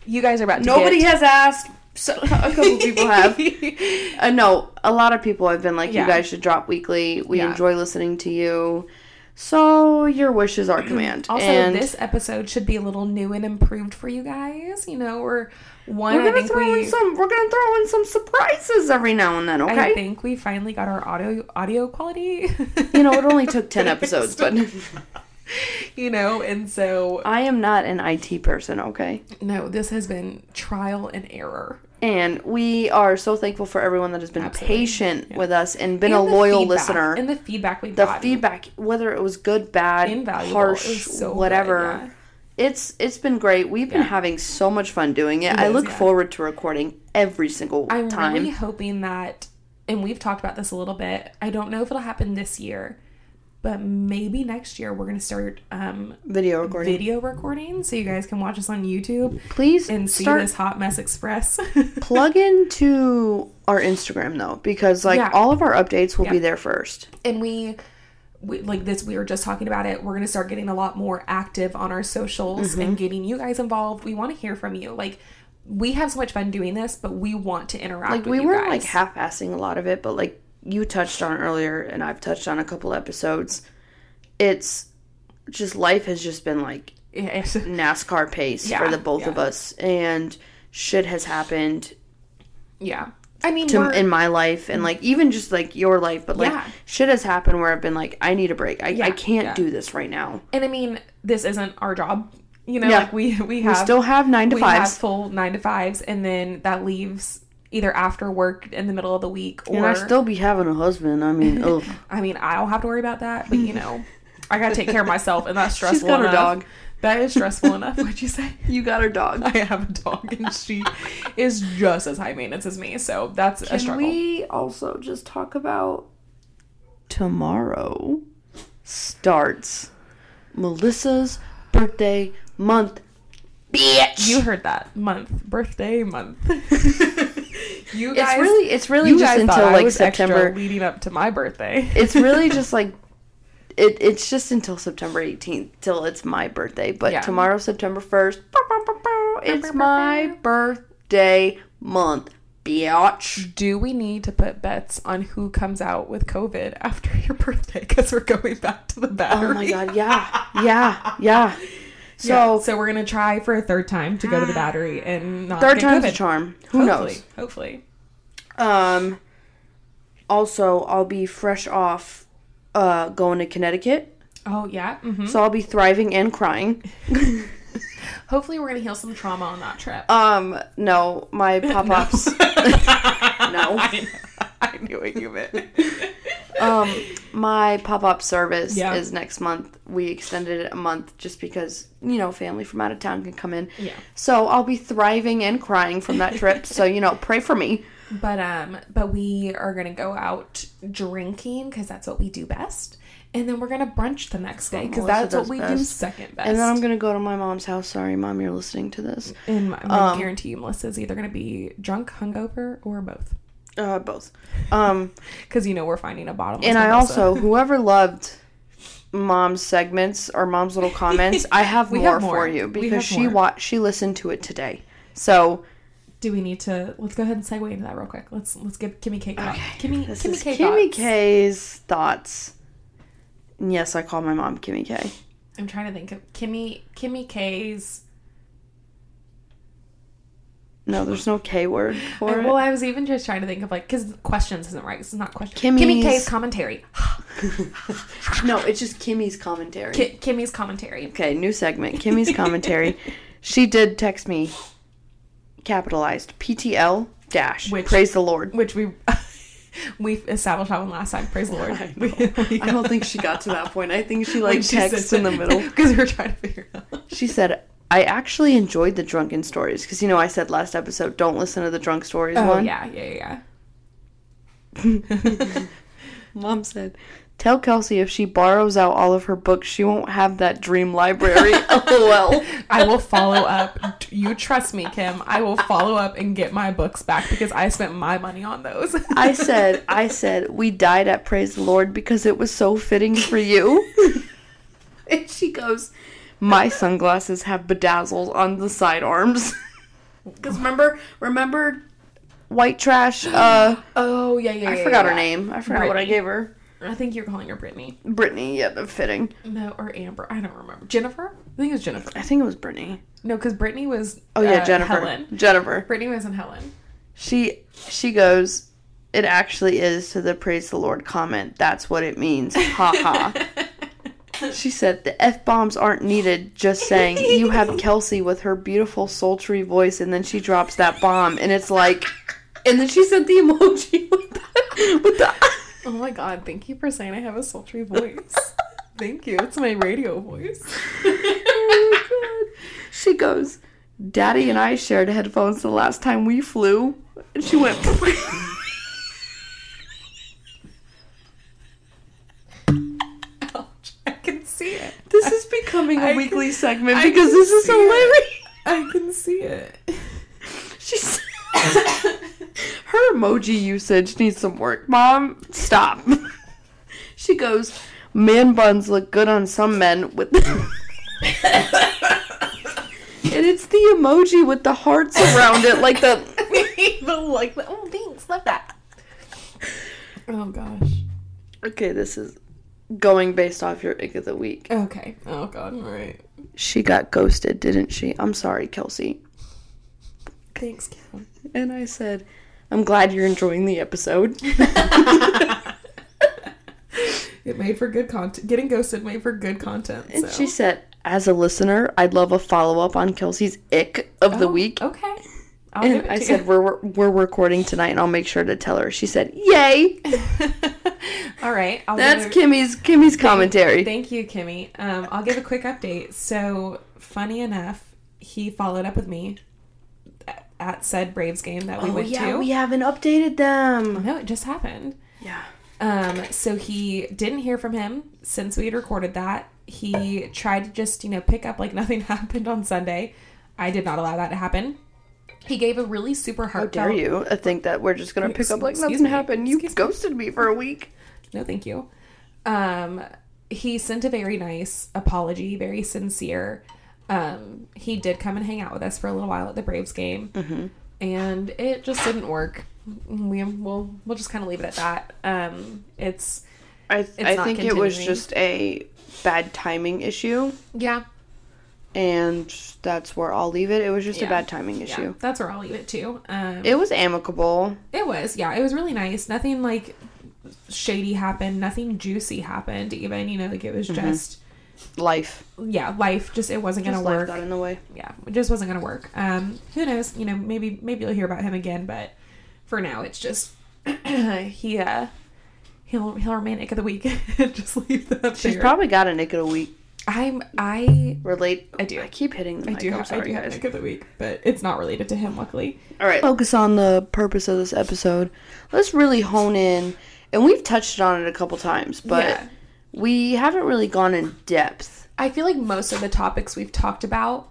[SPEAKER 2] you guys are about to
[SPEAKER 1] Nobody
[SPEAKER 2] get-
[SPEAKER 1] has asked. So, a couple people have. I know a lot of people have been like,
[SPEAKER 2] Yeah.
[SPEAKER 1] you guys should drop weekly. We
[SPEAKER 2] Yeah.
[SPEAKER 1] enjoy listening to you. So your wish is our command.
[SPEAKER 2] Also,
[SPEAKER 1] and
[SPEAKER 2] this episode should be a little new and improved for you guys. You know, we're one.
[SPEAKER 1] We're
[SPEAKER 2] I
[SPEAKER 1] gonna
[SPEAKER 2] think
[SPEAKER 1] throw
[SPEAKER 2] we,
[SPEAKER 1] in some. We're gonna throw in some surprises every now and then.
[SPEAKER 2] I
[SPEAKER 1] Okay.
[SPEAKER 2] think we finally got our audio audio quality.
[SPEAKER 1] You know, it only took ten episodes, but
[SPEAKER 2] you know, and so
[SPEAKER 1] I am not an IT person. Okay.
[SPEAKER 2] no, this has been trial and error.
[SPEAKER 1] And we are so thankful for everyone that has been
[SPEAKER 2] Absolutely.
[SPEAKER 1] patient with us and been
[SPEAKER 2] And
[SPEAKER 1] a
[SPEAKER 2] the
[SPEAKER 1] loyal
[SPEAKER 2] feedback-
[SPEAKER 1] listener.
[SPEAKER 2] and the feedback we've
[SPEAKER 1] the
[SPEAKER 2] gotten.
[SPEAKER 1] feedback, whether it was good, bad,
[SPEAKER 2] Invaluable. It
[SPEAKER 1] harsh,
[SPEAKER 2] was so good,
[SPEAKER 1] whatever.
[SPEAKER 2] yeah.
[SPEAKER 1] It's it's been great. We've been
[SPEAKER 2] Yeah.
[SPEAKER 1] having so much fun doing it. I
[SPEAKER 2] is,
[SPEAKER 1] look
[SPEAKER 2] yeah.
[SPEAKER 1] forward to recording every single
[SPEAKER 2] I'm
[SPEAKER 1] time.
[SPEAKER 2] really hoping that, and we've talked about this a little bit. I don't know if it'll happen this year, but maybe next year we're gonna start um,
[SPEAKER 1] Video recording.
[SPEAKER 2] video recording, so you guys can watch us on YouTube
[SPEAKER 1] Please
[SPEAKER 2] and see
[SPEAKER 1] start
[SPEAKER 2] this hot mess express.
[SPEAKER 1] plug into our Instagram though, because like
[SPEAKER 2] Yeah.
[SPEAKER 1] all of our updates will be there first.
[SPEAKER 2] and we, we like this we were just talking about it we're going to start getting a lot more active on our socials and getting you guys involved we want to hear from you like we have so much fun doing this but we want to interact
[SPEAKER 1] Like
[SPEAKER 2] with
[SPEAKER 1] we
[SPEAKER 2] you
[SPEAKER 1] were
[SPEAKER 2] guys.
[SPEAKER 1] like half-assing a lot of it, but like you touched on earlier, and I've touched on a couple episodes. It's just life has just been like
[SPEAKER 2] Yes.
[SPEAKER 1] NASCAR pace for
[SPEAKER 2] Yeah,
[SPEAKER 1] the both of
[SPEAKER 2] yeah.
[SPEAKER 1] us, and shit has happened
[SPEAKER 2] yeah i mean
[SPEAKER 1] to
[SPEAKER 2] we're,
[SPEAKER 1] in my life, and like even just like your life, but like
[SPEAKER 2] Yeah.
[SPEAKER 1] shit has happened where I've been like, I need a break. I, I can't
[SPEAKER 2] yeah.
[SPEAKER 1] do this right now.
[SPEAKER 2] and i mean this isn't our job you know
[SPEAKER 1] Yeah.
[SPEAKER 2] like we we have
[SPEAKER 1] I still have nine to
[SPEAKER 2] we have
[SPEAKER 1] fives,
[SPEAKER 2] full nine to fives and then that leaves either after work in the middle of the week or
[SPEAKER 1] and I still be having a husband. I mean, ugh.
[SPEAKER 2] I mean, I don't have to worry about that, but you know, I gotta take care of myself, and that's stressful.
[SPEAKER 1] got her
[SPEAKER 2] enough.
[SPEAKER 1] dog.
[SPEAKER 2] That is stressful enough. Would you say?
[SPEAKER 1] you got her dog.
[SPEAKER 2] I have a dog, and she is just as high maintenance as me, so that's a
[SPEAKER 1] Can
[SPEAKER 2] struggle.
[SPEAKER 1] we also just talk about tomorrow starts Melissa's birthday month, bitch.
[SPEAKER 2] You heard that month, birthday month. you
[SPEAKER 1] it's
[SPEAKER 2] guys,
[SPEAKER 1] really, it's really
[SPEAKER 2] you
[SPEAKER 1] just
[SPEAKER 2] guys
[SPEAKER 1] until
[SPEAKER 2] thought I
[SPEAKER 1] like
[SPEAKER 2] was extra
[SPEAKER 1] September.
[SPEAKER 2] leading up to my birthday.
[SPEAKER 1] It's really just like, it, it's just until September 18th till it's my birthday. But
[SPEAKER 2] Yeah.
[SPEAKER 1] tomorrow, September 1st, bow, bow, bow, bow, it's my birthday month, bitch.
[SPEAKER 2] Do we need to put bets on who comes out with COVID after your birthday? Because we're going back to the battery.
[SPEAKER 1] Oh my god, yeah, yeah, yeah. So.
[SPEAKER 2] Yeah, so we're gonna try for a third time to go to the battery and not
[SPEAKER 1] Third
[SPEAKER 2] get
[SPEAKER 1] time's
[SPEAKER 2] COVID.
[SPEAKER 1] a charm. Who
[SPEAKER 2] hopefully,
[SPEAKER 1] knows?
[SPEAKER 2] Hopefully,
[SPEAKER 1] Um, also, I'll be fresh off uh, going to Connecticut.
[SPEAKER 2] Oh yeah. hmm
[SPEAKER 1] So I'll be thriving and crying.
[SPEAKER 2] Hopefully, we're gonna heal some trauma on that trip.
[SPEAKER 1] Um, no, my pop ups. No.
[SPEAKER 2] I know.
[SPEAKER 1] I knew what you meant. um, my pop up service
[SPEAKER 2] Yeah.
[SPEAKER 1] is next month. We extended it a month just because, you know, family from out of town can come in.
[SPEAKER 2] Yeah.
[SPEAKER 1] So I'll be thriving and crying from that trip. so, you know, pray for me.
[SPEAKER 2] But um, but we are gonna go out drinking because that's what we do best, and then we're gonna brunch the next day because
[SPEAKER 1] Melissa
[SPEAKER 2] that's what
[SPEAKER 1] does
[SPEAKER 2] we do
[SPEAKER 1] best.
[SPEAKER 2] second best.
[SPEAKER 1] And then I'm going to go to my mom's house. Sorry, mom, you're listening to this.
[SPEAKER 2] And I I
[SPEAKER 1] um,
[SPEAKER 2] guarantee you, Melissa's either gonna be drunk, hungover, or both.
[SPEAKER 1] Uh, both. Um,
[SPEAKER 2] Because you know we're finding a bottom.
[SPEAKER 1] and I also, whoever loved mom's segments or mom's little comments, I have,
[SPEAKER 2] We
[SPEAKER 1] more,
[SPEAKER 2] have more.
[SPEAKER 1] for you
[SPEAKER 2] We
[SPEAKER 1] because
[SPEAKER 2] have
[SPEAKER 1] she
[SPEAKER 2] more.
[SPEAKER 1] wa- she listened to it today. So
[SPEAKER 2] do we need to? Let's go ahead and segue into that real quick. Let's let's give Kimmy K. Okay. Kimmy
[SPEAKER 1] This
[SPEAKER 2] Kimmy
[SPEAKER 1] is
[SPEAKER 2] K.
[SPEAKER 1] Kimmy
[SPEAKER 2] thoughts.
[SPEAKER 1] K's thoughts. And Yes, I call my mom Kimmy K.
[SPEAKER 2] I'm trying to think of Kimmy Kimmy K's.
[SPEAKER 1] No, there's no K word for
[SPEAKER 2] well,
[SPEAKER 1] it.
[SPEAKER 2] I was even just trying to think of like because questions isn't right. This is not question. Kimmy
[SPEAKER 1] Kimmy's-
[SPEAKER 2] K's commentary.
[SPEAKER 1] No, it's just Kimmy's commentary.
[SPEAKER 2] Ki- Kimmy's commentary.
[SPEAKER 1] okay, new segment. Kimmy's commentary. she did text me, capitalized PTL dash.
[SPEAKER 2] Which-
[SPEAKER 1] Praise the Lord.
[SPEAKER 2] which we we established that one last time. Praise the Lord.
[SPEAKER 1] I don't think she got to that point. I think she like texts in the middle.
[SPEAKER 2] because we were trying to figure it out.
[SPEAKER 1] She said, "I actually enjoyed the drunken stories because you know I said last episode don't listen to the drunk stories
[SPEAKER 2] Oh
[SPEAKER 1] one.
[SPEAKER 2] yeah, yeah, yeah.
[SPEAKER 1] Mom said, "Tell Kelsey if she borrows out all of her books, she won't have that dream library." Oh, LOL.
[SPEAKER 2] I will follow up. You trust me, Kim. I will follow up and get my books back because I spent my money on those.
[SPEAKER 1] I said, "I said we died at Praise the Lord because it was so fitting for you." and she goes, "My sunglasses have bedazzles on the sidearms." Because remember, remember, white trash. Uh,
[SPEAKER 2] oh yeah, yeah.
[SPEAKER 1] I
[SPEAKER 2] yeah,
[SPEAKER 1] forgot
[SPEAKER 2] yeah.
[SPEAKER 1] her name. I forgot what I
[SPEAKER 2] Brittany.
[SPEAKER 1] gave her.
[SPEAKER 2] I think you're calling her Brittany.
[SPEAKER 1] Brittany. Yeah, the fitting.
[SPEAKER 2] No, or Amber. I don't remember. Jennifer. I think it was Jennifer.
[SPEAKER 1] I think it was Brittany.
[SPEAKER 2] No, because Brittany was.
[SPEAKER 1] Oh yeah,
[SPEAKER 2] uh,
[SPEAKER 1] Jennifer.
[SPEAKER 2] Helen.
[SPEAKER 1] Jennifer.
[SPEAKER 2] Brittany was in Helen.
[SPEAKER 1] She she goes, it actually is to the praise the Lord comment. That's what it means. Ha
[SPEAKER 2] Uh-huh.
[SPEAKER 1] ha. She said the f bombs aren't needed. Just saying you have Kelsey with her beautiful sultry voice, and then she drops that bomb, and it's like, and then she sent the emoji with the, with the
[SPEAKER 2] Oh my god, thank you for saying I have a sultry voice. thank you. It's my radio voice.
[SPEAKER 1] Oh, God. She goes, Daddy and I shared headphones the last time we flew. And she went,
[SPEAKER 2] Ouch. I can see it.
[SPEAKER 1] This is becoming a
[SPEAKER 2] I can-
[SPEAKER 1] weekly segment
[SPEAKER 2] I
[SPEAKER 1] because
[SPEAKER 2] can
[SPEAKER 1] this is
[SPEAKER 2] see
[SPEAKER 1] hilarious.
[SPEAKER 2] I can see it.
[SPEAKER 1] She said, her emoji usage needs some work. Mom, stop. she goes, man buns look good on some men with. and it's the emoji with the hearts around it, like the.
[SPEAKER 2] but like, oh, thanks. Love that. Oh gosh.
[SPEAKER 1] Okay, this is going based off your ick of the week.
[SPEAKER 2] Okay. Oh god. All right.
[SPEAKER 1] She got ghosted, didn't she? I'm sorry, Kelsey.
[SPEAKER 2] Thanks, Kim.
[SPEAKER 1] And I said, I'm glad you're enjoying the episode.
[SPEAKER 2] It made for good content. Getting ghosted made for good content. So.
[SPEAKER 1] And she said, as a listener, I'd love a follow up on Kelsey's ick of the
[SPEAKER 2] Oh,
[SPEAKER 1] week.
[SPEAKER 2] Okay. I'll give
[SPEAKER 1] And
[SPEAKER 2] it
[SPEAKER 1] I
[SPEAKER 2] to
[SPEAKER 1] said, we're, we're- we're recording tonight and I'll make sure to tell her. She said, Yay!
[SPEAKER 2] you. All right. I'll
[SPEAKER 1] That's
[SPEAKER 2] give it-
[SPEAKER 1] Kimmy's Kimmy's commentary.
[SPEAKER 2] Thank you, Kimmy. Um, I'll give a quick update. So, funny enough, he followed up with me at- at said Braves game that we
[SPEAKER 1] Oh,
[SPEAKER 2] went
[SPEAKER 1] yeah,
[SPEAKER 2] to.
[SPEAKER 1] we haven't updated them.
[SPEAKER 2] no, it just happened.
[SPEAKER 1] Yeah.
[SPEAKER 2] Um, so he didn't hear from him since we had recorded that. He tried to just, you know, pick up like nothing happened on Sunday. I did not allow that to happen. He gave a really super heartfelt
[SPEAKER 1] Dare you I think that we're just going to pick up like
[SPEAKER 2] Excuse
[SPEAKER 1] nothing
[SPEAKER 2] me.
[SPEAKER 1] happened. You
[SPEAKER 2] Excuse me.
[SPEAKER 1] ghosted me for a week.
[SPEAKER 2] no thank you um he sent a very nice apology very sincere um he did come and hang out with us for a little while at the braves game
[SPEAKER 1] Mm-hmm.
[SPEAKER 2] and it just didn't work we will we'll just kind of leave it at that um it's
[SPEAKER 1] I, I
[SPEAKER 2] not
[SPEAKER 1] think it was
[SPEAKER 2] continuing.
[SPEAKER 1] just a bad timing issue.
[SPEAKER 2] yeah
[SPEAKER 1] And that's where I'll leave it. It was just a
[SPEAKER 2] Yeah.
[SPEAKER 1] bad timing issue.
[SPEAKER 2] That's where I'll leave it to. Um,
[SPEAKER 1] It was amicable.
[SPEAKER 2] It was, yeah. It was really nice. Nothing like shady happened. Nothing juicy happened. Even you know, like it was just
[SPEAKER 1] Life.
[SPEAKER 2] yeah, life. Just it wasn't
[SPEAKER 1] Mm-hmm. Just
[SPEAKER 2] gonna
[SPEAKER 1] life
[SPEAKER 2] work.
[SPEAKER 1] got in the way.
[SPEAKER 2] Yeah, it just wasn't gonna work. Um, who knows? You know, maybe maybe you'll hear about him again. But for now, it's just he uh he'll he'll remain ick of the week. just leave that
[SPEAKER 1] She's
[SPEAKER 2] there.
[SPEAKER 1] probably got a nick of the week.
[SPEAKER 2] I'm I.
[SPEAKER 1] Relate.
[SPEAKER 2] I do.
[SPEAKER 1] I keep hitting the
[SPEAKER 2] I
[SPEAKER 1] mic.
[SPEAKER 2] do,
[SPEAKER 1] I'm
[SPEAKER 2] have, I
[SPEAKER 1] sorry,
[SPEAKER 2] do have
[SPEAKER 1] guys.
[SPEAKER 2] Nick of the Week, but it's not related to him, luckily.
[SPEAKER 1] All right. Focus on the purpose of this episode. Let's really hone in, and we've touched on it a couple times, but
[SPEAKER 2] Yeah.
[SPEAKER 1] we haven't really gone in depth.
[SPEAKER 2] I feel like most of the topics we've talked about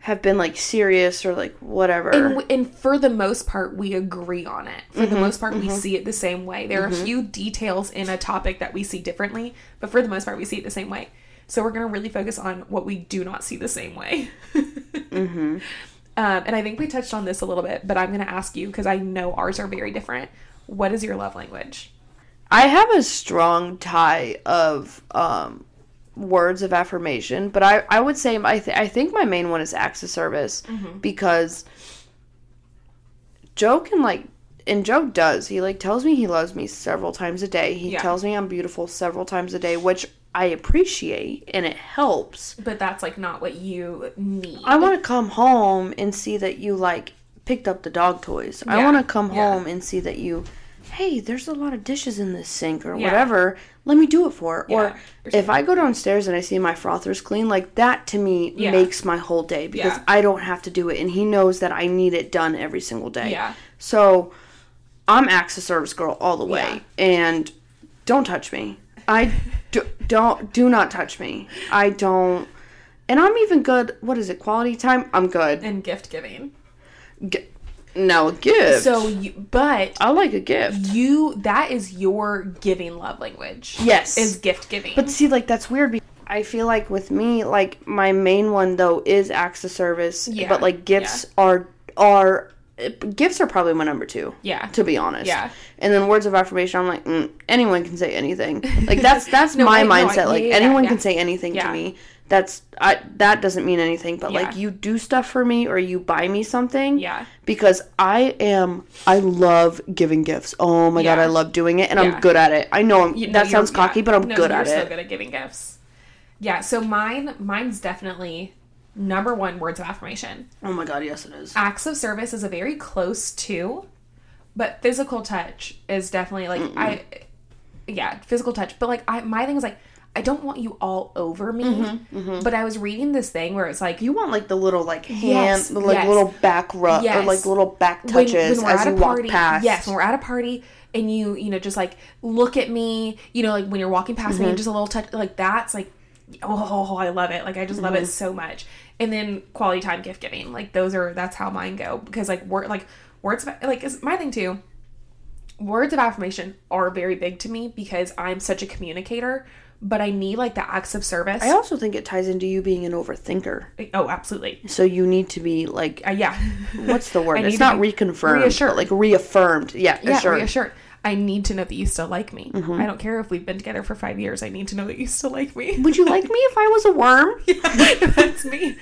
[SPEAKER 1] Have been like serious or like whatever.
[SPEAKER 2] and, w- and for the most part we agree on it for
[SPEAKER 1] Mm-hmm.
[SPEAKER 2] the most part we see it the same way there are a few details in a topic that we see differently but for the most part we see it the same way so we're going to really focus on what we do not see the same way
[SPEAKER 1] Mm-hmm.
[SPEAKER 2] um, and i think we touched on this a little bit but i'm going to ask you because i know ours are very different what is your love language
[SPEAKER 1] I have a strong tie of um, words of affirmation, but I, I would say I, th- I think my main one is acts of service because Joe can like and Joe does he like tells me he loves me several times a day. He
[SPEAKER 2] Yeah.
[SPEAKER 1] tells me I'm beautiful several times a day, which I appreciate and it helps.
[SPEAKER 2] but that's like not what you need
[SPEAKER 1] I want to come home and see that you like picked up the dog toys. I
[SPEAKER 2] Yeah,
[SPEAKER 1] want to come
[SPEAKER 2] yeah.
[SPEAKER 1] home and see that you, hey, there's a lot of dishes in this sink or
[SPEAKER 2] Yeah.
[SPEAKER 1] whatever. Let me do it for. her.
[SPEAKER 2] Yeah,
[SPEAKER 1] or
[SPEAKER 2] for
[SPEAKER 1] if I go downstairs and I see my frothers clean, like that to me
[SPEAKER 2] Yeah.
[SPEAKER 1] makes my whole day because
[SPEAKER 2] Yeah.
[SPEAKER 1] I don't have to do it, and he knows that I need it done every single day.
[SPEAKER 2] Yeah.
[SPEAKER 1] So I'm acts of service girl all the way, and don't touch me. I do, don't do not touch me. I don't. And I'm even good. What is it? Quality time. I'm good.
[SPEAKER 2] and gift giving
[SPEAKER 1] G- no gift.
[SPEAKER 2] so you but
[SPEAKER 1] I like a gift.
[SPEAKER 2] you that is your giving love language
[SPEAKER 1] Yes.
[SPEAKER 2] is gift giving
[SPEAKER 1] But see, like that's weird. Because I feel like with me, like my main one though is acts of service.
[SPEAKER 2] Yeah,
[SPEAKER 1] But like gifts are are uh, gifts are probably my number two.
[SPEAKER 2] yeah
[SPEAKER 1] To be honest.
[SPEAKER 2] Yeah.
[SPEAKER 1] And then words of affirmation. I'm like mm, anyone can say anything. Like that's that's
[SPEAKER 2] No,
[SPEAKER 1] my
[SPEAKER 2] I- no, I-
[SPEAKER 1] mindset. like
[SPEAKER 2] yeah, yeah,
[SPEAKER 1] anyone
[SPEAKER 2] yeah.
[SPEAKER 1] can say anything
[SPEAKER 2] Yeah.
[SPEAKER 1] to me. That's I that doesn't mean anything. But like
[SPEAKER 2] Yeah.
[SPEAKER 1] you do stuff for me or you buy me something.
[SPEAKER 2] Yeah.
[SPEAKER 1] Because I am I love giving gifts. Oh my god,
[SPEAKER 2] Yeah.
[SPEAKER 1] I love doing it and
[SPEAKER 2] Yeah.
[SPEAKER 1] I'm good at it. I know I'm,
[SPEAKER 2] You- no,
[SPEAKER 1] that
[SPEAKER 2] you're-
[SPEAKER 1] sounds cocky,
[SPEAKER 2] yeah.
[SPEAKER 1] but I'm
[SPEAKER 2] No,
[SPEAKER 1] good
[SPEAKER 2] you're
[SPEAKER 1] at
[SPEAKER 2] so
[SPEAKER 1] it.
[SPEAKER 2] good at giving gifts. Yeah, so mine, mine's definitely number one words of affirmation.
[SPEAKER 1] Oh my god, yes it is.
[SPEAKER 2] Acts of service is a very close two, but physical touch is definitely like I, yeah, physical touch. But like I, my thing is like I don't want you all over me.
[SPEAKER 1] Mm-hmm,
[SPEAKER 2] But I was reading this thing where it's like
[SPEAKER 1] You want like the little like hand,
[SPEAKER 2] Yes,
[SPEAKER 1] the, like
[SPEAKER 2] yes.
[SPEAKER 1] little back rub or
[SPEAKER 2] Yes.
[SPEAKER 1] like little back touches as you walk
[SPEAKER 2] party,
[SPEAKER 1] past.
[SPEAKER 2] Yes, when we're at a party and you, you know, just like look at me, you know, like when you're walking past
[SPEAKER 1] Mm-hmm.
[SPEAKER 2] me, just a little touch, like that's like, oh, I love it. Like I just love
[SPEAKER 1] Mm-hmm.
[SPEAKER 2] it so much. And then quality time gift giving, like those are that's how mine go because like word, like words, of- like is my thing too. Words of affirmation are very big to me because I'm such a communicator, but I need like the acts of service.
[SPEAKER 1] I also think it ties into you being an overthinker.
[SPEAKER 2] oh, absolutely.
[SPEAKER 1] So you need to be like
[SPEAKER 2] Uh, yeah.
[SPEAKER 1] what's the word?
[SPEAKER 2] I need
[SPEAKER 1] It's
[SPEAKER 2] to
[SPEAKER 1] not
[SPEAKER 2] be
[SPEAKER 1] reconfirmed,
[SPEAKER 2] reassured.
[SPEAKER 1] but like reaffirmed. Yeah,
[SPEAKER 2] Yeah,
[SPEAKER 1] assured.
[SPEAKER 2] reassured. I need to know that you still like me.
[SPEAKER 1] Mm-hmm.
[SPEAKER 2] I don't care if we've been together for five years. I need to know that you still like me.
[SPEAKER 1] Would you like me if I was a worm?
[SPEAKER 2] That's me.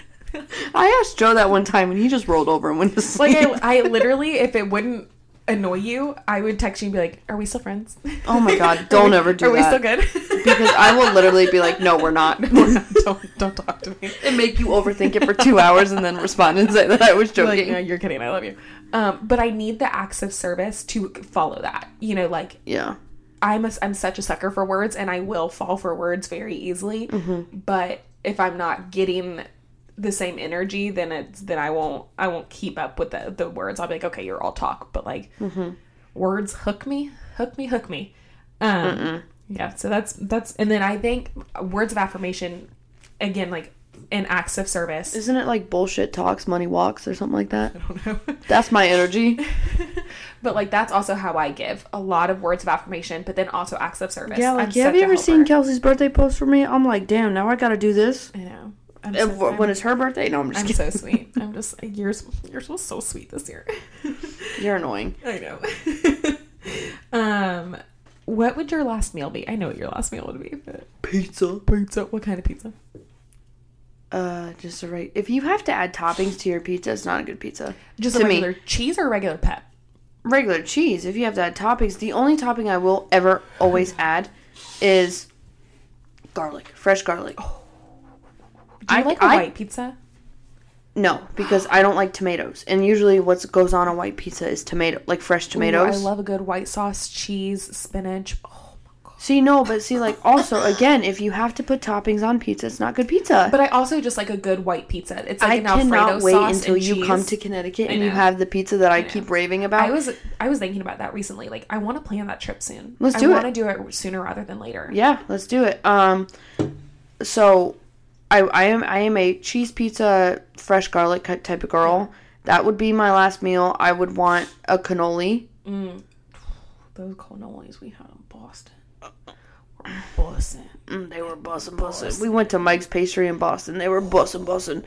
[SPEAKER 1] I asked Joe that one time, and he just rolled over and went to sleep.
[SPEAKER 2] Like I, I literally, if it wouldn't annoy you, I would text you and be like, "Are we still friends?"
[SPEAKER 1] oh my god, don't ever do
[SPEAKER 2] Are
[SPEAKER 1] that.
[SPEAKER 2] we still good?
[SPEAKER 1] because I will literally be like, no, we're not.
[SPEAKER 2] don't don't talk to me.
[SPEAKER 1] and make you overthink it for two hours and then respond and say that I was
[SPEAKER 2] Be Like,
[SPEAKER 1] joking.
[SPEAKER 2] no, you're kidding. I love you. Um, but I need the acts of service to follow that. You know, like
[SPEAKER 1] yeah.
[SPEAKER 2] I'm a, I'm such a sucker for words, and I will fall for words very easily.
[SPEAKER 1] Mm-hmm.
[SPEAKER 2] But if I'm not getting the same energy, then it's then I won't I won't keep up with the the words. I'll be like, okay, you're all talk, but like
[SPEAKER 1] Mm-hmm.
[SPEAKER 2] words hook me, hook me, hook me. Um, yeah. So that's that's, and then I think words of affirmation, again, like an acts of service.
[SPEAKER 1] Isn't it like bullshit talks, money walks, or something like that?
[SPEAKER 2] I don't know.
[SPEAKER 1] That's my energy.
[SPEAKER 2] but like that's also how I give a lot of words of affirmation, but then also acts of service.
[SPEAKER 1] Yeah,
[SPEAKER 2] I'm
[SPEAKER 1] like, yeah, have
[SPEAKER 2] such
[SPEAKER 1] you
[SPEAKER 2] a
[SPEAKER 1] ever seen
[SPEAKER 2] helper.
[SPEAKER 1] Kelsey's birthday post for me? I'm like, damn, now I gotta do this.
[SPEAKER 2] I know.
[SPEAKER 1] And
[SPEAKER 2] I'm so-
[SPEAKER 1] wh-
[SPEAKER 2] I'm-
[SPEAKER 1] when it's her birthday? No, I'm just
[SPEAKER 2] I'm
[SPEAKER 1] kidding.
[SPEAKER 2] so sweet. I'm just yours. Yours was so sweet this year.
[SPEAKER 1] You're annoying.
[SPEAKER 2] I know. um, what would your last meal be? I know what your last meal would be. But
[SPEAKER 1] Pizza.
[SPEAKER 2] pizza. What kind of pizza?
[SPEAKER 1] Uh, just a right. If you have to add toppings to your pizza, it's not a good pizza.
[SPEAKER 2] Just
[SPEAKER 1] To
[SPEAKER 2] a
[SPEAKER 1] me.
[SPEAKER 2] regular cheese or regular pep?
[SPEAKER 1] Regular cheese. If you have to add toppings, the only topping I will ever always add is garlic, fresh garlic.
[SPEAKER 2] Oh. Do you
[SPEAKER 1] I-
[SPEAKER 2] like a
[SPEAKER 1] I-
[SPEAKER 2] white pizza?
[SPEAKER 1] No, because I don't like tomatoes, and usually what goes on a white pizza is tomato, like fresh
[SPEAKER 2] Ooh, I
[SPEAKER 1] tomatoes.
[SPEAKER 2] love a good white sauce, cheese, spinach. Oh my god.
[SPEAKER 1] see, no, but see, like also again, if you have to put toppings on pizza, it's not good pizza.
[SPEAKER 2] But I also just like a good white pizza. It's like
[SPEAKER 1] I
[SPEAKER 2] an Alfredo
[SPEAKER 1] cannot wait
[SPEAKER 2] sauce
[SPEAKER 1] until
[SPEAKER 2] and
[SPEAKER 1] you
[SPEAKER 2] cheese.
[SPEAKER 1] come to Connecticut
[SPEAKER 2] I
[SPEAKER 1] and you
[SPEAKER 2] know.
[SPEAKER 1] have the pizza that I, keep raving about.
[SPEAKER 2] I was I was thinking about that recently. Like I want to plan that trip soon.
[SPEAKER 1] Let's
[SPEAKER 2] I
[SPEAKER 1] do it.
[SPEAKER 2] want to do it sooner rather than later.
[SPEAKER 1] Yeah, let's do it. Um, so I I am I am a cheese pizza, fresh garlic cut type of girl. That would be my last meal. I would want a cannoli.
[SPEAKER 2] Those cannolis we had in Boston.
[SPEAKER 1] Uh,
[SPEAKER 2] were Boston.
[SPEAKER 1] Mm, they were bussin' bussin'. We went to Mike's Pastry in Boston. They were bussin' bussin'.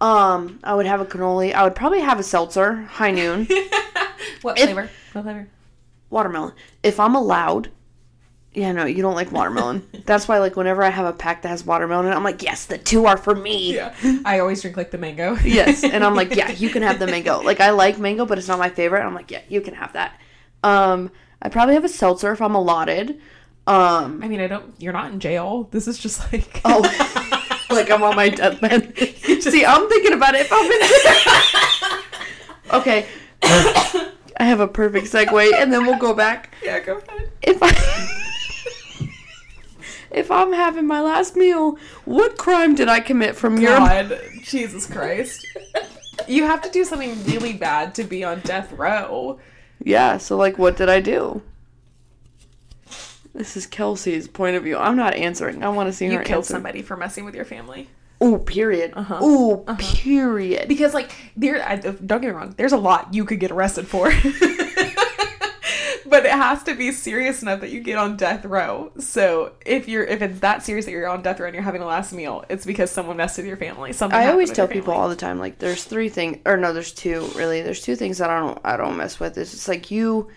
[SPEAKER 1] Um, I would have a cannoli. I would probably have a seltzer. High noon
[SPEAKER 2] What flavor? What flavor?
[SPEAKER 1] watermelon. If I'm allowed. Yeah, no, you don't like watermelon. That's why, like, whenever I have a pack that has watermelon, in it, I'm like, yes, the two are for me.
[SPEAKER 2] Yeah. I always drink like the mango.
[SPEAKER 1] Yes. And I'm like, yeah, you can have the mango. Like I like mango, but it's not my favorite. I'm like, yeah, you can have that. Um, I probably have a seltzer if I'm allotted. Um,
[SPEAKER 2] I mean, I don't. You're not in jail. This is just like.
[SPEAKER 1] oh, like I'm on my deathbed. See, I'm thinking about it. If I'm in- okay, I have a perfect segue, and then we'll go back.
[SPEAKER 2] yeah, go ahead.
[SPEAKER 1] If I. If I'm having my last meal, what crime did I commit from your
[SPEAKER 2] God, Jesus Christ. You have to do something really bad to be on death row.
[SPEAKER 1] Yeah, so like what did I do? This is Kelsey's point of view. I'm not answering. I want to see
[SPEAKER 2] You
[SPEAKER 1] her
[SPEAKER 2] killed
[SPEAKER 1] answer.
[SPEAKER 2] somebody for messing with your family.
[SPEAKER 1] Ooh, period.
[SPEAKER 2] Uh-huh.
[SPEAKER 1] Ooh, period.
[SPEAKER 2] Because, like, there, I, don't get me wrong, there's a lot you could get arrested for. but it has to be serious enough that you get on death row. So if you're, if it's that serious that you're on death row and you're having a last meal, it's because someone messed with your family. Something
[SPEAKER 1] I
[SPEAKER 2] happened
[SPEAKER 1] always
[SPEAKER 2] with
[SPEAKER 1] tell
[SPEAKER 2] your
[SPEAKER 1] people
[SPEAKER 2] family.
[SPEAKER 1] all the time like there's three things or no, there's two really. There's two things that I don't I don't mess with. It's just like you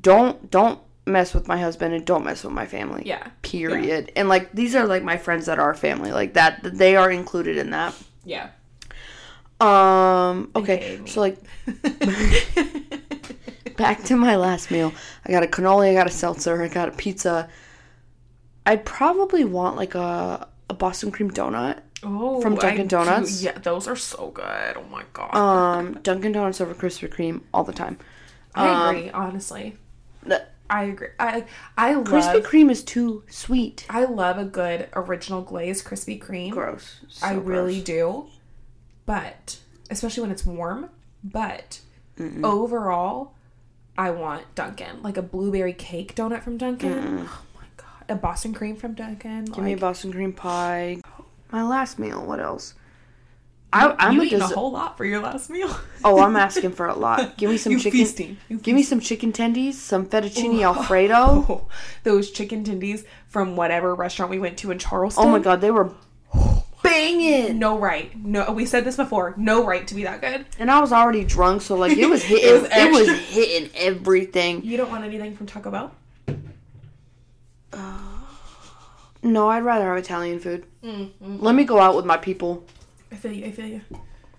[SPEAKER 1] don't don't mess with my husband and don't mess with my family.
[SPEAKER 2] Yeah.
[SPEAKER 1] Period. And like these are like my friends that are family. Like that they are included in that.
[SPEAKER 2] Yeah.
[SPEAKER 1] Um
[SPEAKER 2] Okay,
[SPEAKER 1] okay.
[SPEAKER 2] me.
[SPEAKER 1] So like back to my last meal. I got a cannoli, I got a seltzer, I got a pizza. I'd probably want like a, a Boston cream donut.
[SPEAKER 2] oh,
[SPEAKER 1] From Dunkin'
[SPEAKER 2] do-
[SPEAKER 1] Donuts?
[SPEAKER 2] yeah, those are so good. Oh my god.
[SPEAKER 1] Um, Dunkin' Donuts over Krispy Kreme all the time.
[SPEAKER 2] I agree, honestly.
[SPEAKER 1] The-
[SPEAKER 2] I agree. I I love
[SPEAKER 1] Krispy Kreme is too sweet.
[SPEAKER 2] I love a good original glaze Krispy Kreme.
[SPEAKER 1] Gross. So
[SPEAKER 2] I really
[SPEAKER 1] gross.
[SPEAKER 2] do. But especially when it's warm, but overall I want Dunkin', like a blueberry cake donut from Dunkin'. Oh my god, a Boston cream from Dunkin'.
[SPEAKER 1] Give me a
[SPEAKER 2] like,
[SPEAKER 1] Boston cream pie. My last meal. What else? I, I'm
[SPEAKER 2] you
[SPEAKER 1] a,
[SPEAKER 2] eating a
[SPEAKER 1] des-
[SPEAKER 2] whole lot for your last meal.
[SPEAKER 1] Oh, I'm asking for a lot. Give me some
[SPEAKER 2] You
[SPEAKER 1] chicken.
[SPEAKER 2] feasting. You
[SPEAKER 1] Give me some chicken tendies, some fettuccine alfredo.
[SPEAKER 2] Oh, those chicken tendies from whatever restaurant we went to in Charleston.
[SPEAKER 1] Oh my god, they were banging.
[SPEAKER 2] No right. No, we said this before. No right to be that good.
[SPEAKER 1] And I was already drunk, so like it was hitting,
[SPEAKER 2] It was
[SPEAKER 1] it was,
[SPEAKER 2] extra.
[SPEAKER 1] hitting everything.
[SPEAKER 2] You don't want anything from Taco Bell?
[SPEAKER 1] No, I'd rather have Italian food. Let me go out with my people.
[SPEAKER 2] I feel you. I feel you.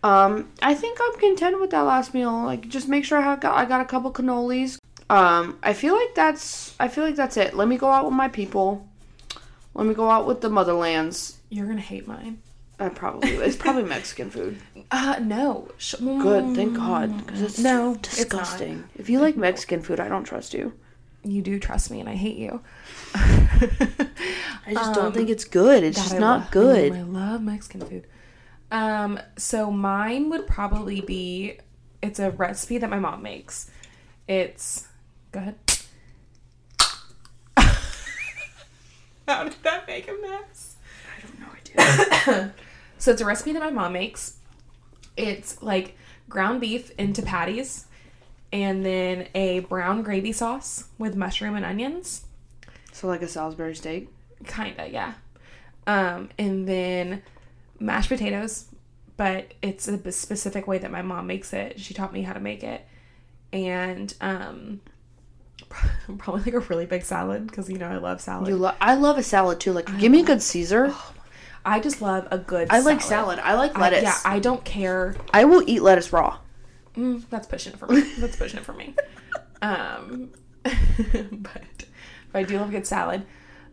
[SPEAKER 1] Um, I think I'm content with that last meal. Like, just make sure I have got I got a couple cannolis. Um, I feel like that's I feel like that's it. Let me go out with my people. Let me go out with the motherlands.
[SPEAKER 2] You're gonna hate mine.
[SPEAKER 1] I probably it's probably Mexican food.
[SPEAKER 2] Uh, no. Sh-
[SPEAKER 1] Good, thank God, because it's
[SPEAKER 2] No,
[SPEAKER 1] no
[SPEAKER 2] it's not.
[SPEAKER 1] disgusting. If you like Mexican food, I don't trust you.
[SPEAKER 2] You do trust me, and I hate you.
[SPEAKER 1] I just
[SPEAKER 2] Um,
[SPEAKER 1] don't think it's good. It's just not good.
[SPEAKER 2] I love Mexican food. Um, so mine would probably be. It's a recipe that my mom makes. It's. Go ahead. How did that make a mess?
[SPEAKER 1] I don't know. I did.
[SPEAKER 2] So it's a recipe that my mom makes. It's like ground beef into patties and then a brown gravy sauce with mushroom and onions.
[SPEAKER 1] so like a Salisbury steak.
[SPEAKER 2] Kinda, yeah. Um, and then mashed potatoes, but it's a b- specific way that my mom makes it. She taught me how to make it. And um, probably like a really big salad because you know I love salad.
[SPEAKER 1] You lo- I love a salad too. Like, give me a good Caesar.
[SPEAKER 2] I just love a good.
[SPEAKER 1] I like salad. I like
[SPEAKER 2] I-
[SPEAKER 1] lettuce.
[SPEAKER 2] yeah, I don't care.
[SPEAKER 1] I will eat lettuce raw.
[SPEAKER 2] Mm, that's pushing it for me. That's pushing it for me. Um, but but I do love a good salad.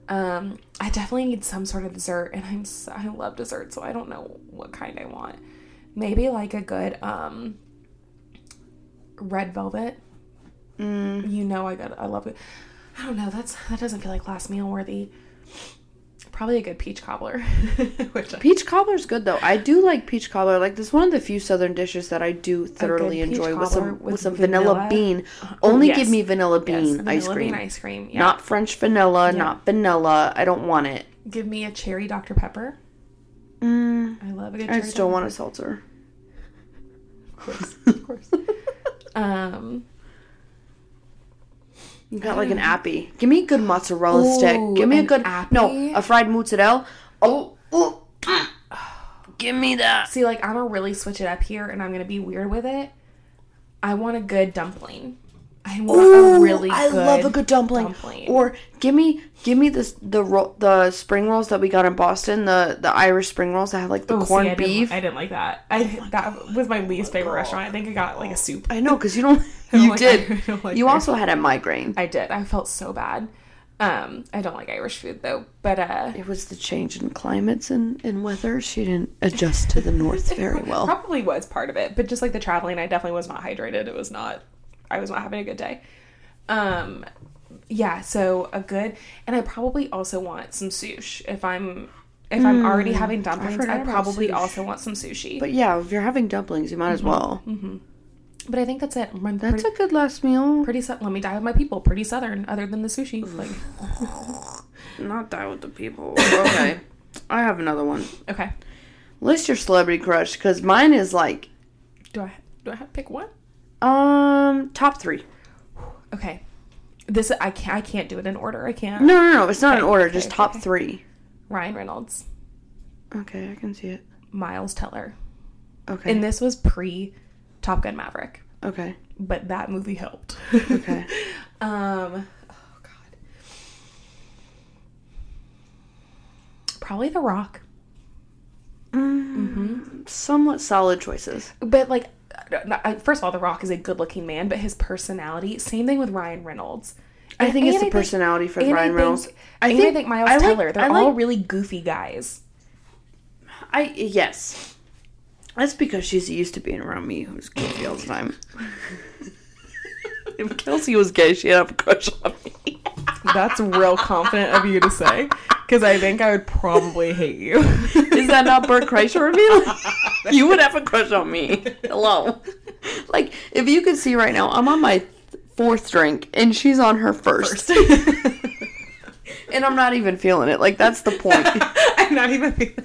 [SPEAKER 2] Um, I definitely need some sort of dessert, and I'm so, I love dessert, so I don't know what kind I want. Maybe like a good um, red velvet.
[SPEAKER 1] Mm.
[SPEAKER 2] You know, I got I love it. I don't know. That's that doesn't feel like last meal worthy. Probably a good peach cobbler, which I
[SPEAKER 1] Peach cobbler's good though. I do like peach cobbler. Like this one of the few southern dishes that I do thoroughly
[SPEAKER 2] peach
[SPEAKER 1] enjoy with
[SPEAKER 2] cobbler
[SPEAKER 1] some
[SPEAKER 2] with
[SPEAKER 1] with some vanilla,
[SPEAKER 2] vanilla. Uh-huh.
[SPEAKER 1] bean. Only give
[SPEAKER 2] yes.
[SPEAKER 1] me vanilla bean
[SPEAKER 2] yes, vanilla
[SPEAKER 1] ice cream.
[SPEAKER 2] bean ice cream. Yeah.
[SPEAKER 1] Not French vanilla, not vanilla. I don't want it.
[SPEAKER 2] Give me a cherry Dr Pepper.
[SPEAKER 1] Mm,
[SPEAKER 2] I love a good
[SPEAKER 1] I
[SPEAKER 2] cherry
[SPEAKER 1] still
[SPEAKER 2] Dr.
[SPEAKER 1] want a seltzer.
[SPEAKER 2] Pepper. Of course, of course. um,
[SPEAKER 1] You got like an appy. Give me a good mozzarella stick.
[SPEAKER 2] Ooh,
[SPEAKER 1] Give me a
[SPEAKER 2] an
[SPEAKER 1] good
[SPEAKER 2] appy?
[SPEAKER 1] no a fried mozzarella. Oh, oh, mm. give me that.
[SPEAKER 2] see, like I'm gonna really switch it up here, and I'm gonna be weird with it. I want a good dumpling. I want a
[SPEAKER 1] Ooh,
[SPEAKER 2] really.
[SPEAKER 1] I
[SPEAKER 2] good,
[SPEAKER 1] love a good dumpling.
[SPEAKER 2] dumpling.
[SPEAKER 1] Or give me give me this the ro- the spring rolls that we got in Boston, the the Irish spring rolls that have like the
[SPEAKER 2] Oh, see,
[SPEAKER 1] corned
[SPEAKER 2] I didn't-
[SPEAKER 1] beef. Oh
[SPEAKER 2] I didn't like that. I that was my least favorite restaurant. I think I got like a soup.
[SPEAKER 1] I know because you don't.
[SPEAKER 2] don't
[SPEAKER 1] you
[SPEAKER 2] like-
[SPEAKER 1] did.
[SPEAKER 2] I don't like
[SPEAKER 1] you
[SPEAKER 2] Irish.
[SPEAKER 1] also had a migraine.
[SPEAKER 2] I did. I felt so bad. Um, I don't like Irish food though, but uh,
[SPEAKER 1] It was the change in climates and, and weather. She didn't adjust to the north very well.
[SPEAKER 2] Probably was part of it, but just like the traveling, I definitely was not hydrated. It was not. I was not having a good day. Um, yeah. So a good, and I probably also want some sushi if I'm if I'm already having dumplings.
[SPEAKER 1] Hmm. forgot
[SPEAKER 2] I,
[SPEAKER 1] about
[SPEAKER 2] probably
[SPEAKER 1] sushi.
[SPEAKER 2] also want some sushi. But,
[SPEAKER 1] But yeah, if you're having dumplings, you might as well.
[SPEAKER 2] I think that's it. I'm
[SPEAKER 1] That's
[SPEAKER 2] Mm-hmm. pretty,
[SPEAKER 1] a good last meal.
[SPEAKER 2] pretty. Su- let me die with my people. Pretty southern, other than the sushi. Like
[SPEAKER 1] Not that with the people. Okay, I have another one.
[SPEAKER 2] okay.
[SPEAKER 1] List your celebrity crush because mine is like
[SPEAKER 2] Do I do I have to pick one?
[SPEAKER 1] um top three.
[SPEAKER 2] Okay. This I can't I can't do it in order. I can't.
[SPEAKER 1] No, no, no. It's not in order. just
[SPEAKER 2] okay,
[SPEAKER 1] top
[SPEAKER 2] okay.
[SPEAKER 1] three.
[SPEAKER 2] Ryan Reynolds,
[SPEAKER 1] Okay, I can see it.
[SPEAKER 2] Miles Teller,
[SPEAKER 1] Okay.
[SPEAKER 2] and this was pre Top Gun Maverick.
[SPEAKER 1] okay.
[SPEAKER 2] but that movie helped.
[SPEAKER 1] Okay.
[SPEAKER 2] um, oh god. Probably The Rock,
[SPEAKER 1] Somewhat solid choices.
[SPEAKER 2] but like, not- I- first of all, The Rock is a good-looking man, but his personality. Same thing with Ryan Reynolds.
[SPEAKER 1] I think
[SPEAKER 2] And
[SPEAKER 1] it's the
[SPEAKER 2] I
[SPEAKER 1] personality for
[SPEAKER 2] and I
[SPEAKER 1] Ryan
[SPEAKER 2] think-
[SPEAKER 1] Reynolds. I
[SPEAKER 2] and
[SPEAKER 1] think,
[SPEAKER 2] I think Miles
[SPEAKER 1] I like-
[SPEAKER 2] Teller. They're
[SPEAKER 1] I
[SPEAKER 2] all
[SPEAKER 1] like-
[SPEAKER 2] really goofy guys.
[SPEAKER 1] I yes. That's because she's used to being around me, who's goofy all the time. if Kelsey was gay, she'd have a crush on me.
[SPEAKER 2] That's real confident of you to say, because I think I would probably hate you.
[SPEAKER 1] Is that not Bert Kreischer reveal? you would have a crush on me. Hello. Like, if you could see right now, I'm on my th- fourth drink and she's on her first. And I'm not even feeling it. Like, that's the point.
[SPEAKER 2] I'm not even.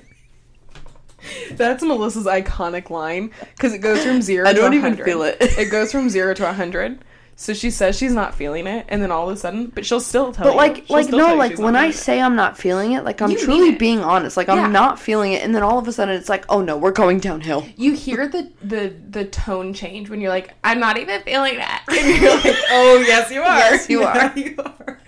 [SPEAKER 2] That's Melissa's iconic line because it goes from zero.
[SPEAKER 1] I
[SPEAKER 2] to
[SPEAKER 1] don't even
[SPEAKER 2] 100.
[SPEAKER 1] feel it.
[SPEAKER 2] It goes from zero to hundred. So she says she's not feeling it, and then all of a sudden, but she'll still tell.
[SPEAKER 1] But
[SPEAKER 2] you.
[SPEAKER 1] like,
[SPEAKER 2] She'll
[SPEAKER 1] like
[SPEAKER 2] still tell
[SPEAKER 1] no,
[SPEAKER 2] you
[SPEAKER 1] like
[SPEAKER 2] she's
[SPEAKER 1] when
[SPEAKER 2] not
[SPEAKER 1] I
[SPEAKER 2] feeling
[SPEAKER 1] say I'm not feeling it, like I'm
[SPEAKER 2] You mean
[SPEAKER 1] truly
[SPEAKER 2] it.
[SPEAKER 1] being honest. Like I'm
[SPEAKER 2] Yeah.
[SPEAKER 1] not feeling it, and then all of a sudden it's like, oh no, we're going downhill.
[SPEAKER 2] it. you hear the the the tone change when you're like, "I'm not even feeling that," and you're like, "Oh yes, you are.
[SPEAKER 1] Yes, you
[SPEAKER 2] Yeah,
[SPEAKER 1] are.
[SPEAKER 2] You are."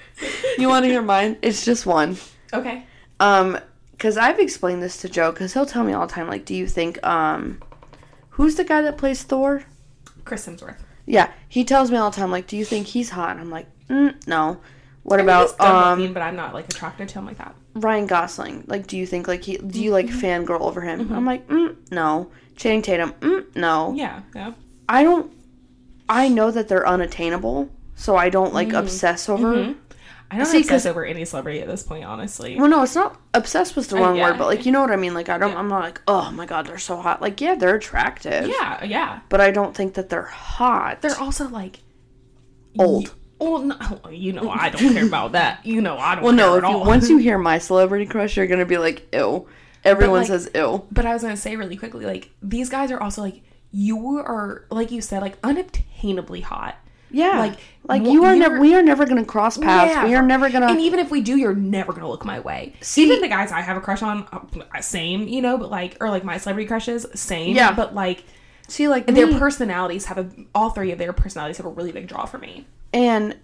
[SPEAKER 1] You want to hear mine? It's just one.
[SPEAKER 2] Okay.
[SPEAKER 1] Um, because I've explained this to Joe, because he'll tell me all the time. Like, do you think um, who's the guy that plays Thor?
[SPEAKER 2] Chris Hemsworth.
[SPEAKER 1] Yeah, he tells me all the time. Like, do you think he's hot? And I'm like, mm, no. What about
[SPEAKER 2] um,
[SPEAKER 1] um
[SPEAKER 2] but I'm not like attracted to him like that.
[SPEAKER 1] Ryan Gosling? Like, do you think like he? Do you like
[SPEAKER 2] Mm-hmm.
[SPEAKER 1] fangirl over him? I'm like, mm, no. Channing Tatum? Mm, no.
[SPEAKER 2] Yeah. Yeah.
[SPEAKER 1] I don't. I know that they're unattainable, so I don't
[SPEAKER 2] Mm-hmm.
[SPEAKER 1] like obsess over.
[SPEAKER 2] I don't
[SPEAKER 1] See,
[SPEAKER 2] obsess
[SPEAKER 1] 'cause-
[SPEAKER 2] over any celebrity at this point, honestly.
[SPEAKER 1] Well, no, it's not obsessed was the wrong
[SPEAKER 2] Uh, yeah.
[SPEAKER 1] word, but like you know what I mean. Like I don't. I'm not like oh my god, they're so hot. Like yeah, they're attractive.
[SPEAKER 2] Yeah. Yeah.
[SPEAKER 1] But I don't think that they're hot.
[SPEAKER 2] They're also like
[SPEAKER 1] old.
[SPEAKER 2] Well, no, well, you know, I don't care about that. You know, I don't.
[SPEAKER 1] Well, Oh, no.
[SPEAKER 2] care
[SPEAKER 1] If
[SPEAKER 2] at
[SPEAKER 1] you,
[SPEAKER 2] all.
[SPEAKER 1] once you hear my celebrity crush, you're gonna be like ew. Everyone
[SPEAKER 2] like-
[SPEAKER 1] says ew.
[SPEAKER 2] But I was gonna say really quickly, like these guys are also like you are, like you said, like unobtainably hot.
[SPEAKER 1] Yeah. Like
[SPEAKER 2] like,
[SPEAKER 1] like
[SPEAKER 2] wha-
[SPEAKER 1] you are
[SPEAKER 2] you're-
[SPEAKER 1] never. We are never gonna cross paths. We are never gonna.
[SPEAKER 2] And even if we do, you're never gonna look my way.
[SPEAKER 1] See-
[SPEAKER 2] even the guys I have a crush on, uh, same, you know, but like, or like my celebrity crushes, same.
[SPEAKER 1] Yeah.
[SPEAKER 2] But like,
[SPEAKER 1] see like
[SPEAKER 2] their
[SPEAKER 1] me-
[SPEAKER 2] personalities have a, all three of their personalities have a really big draw for me.
[SPEAKER 1] and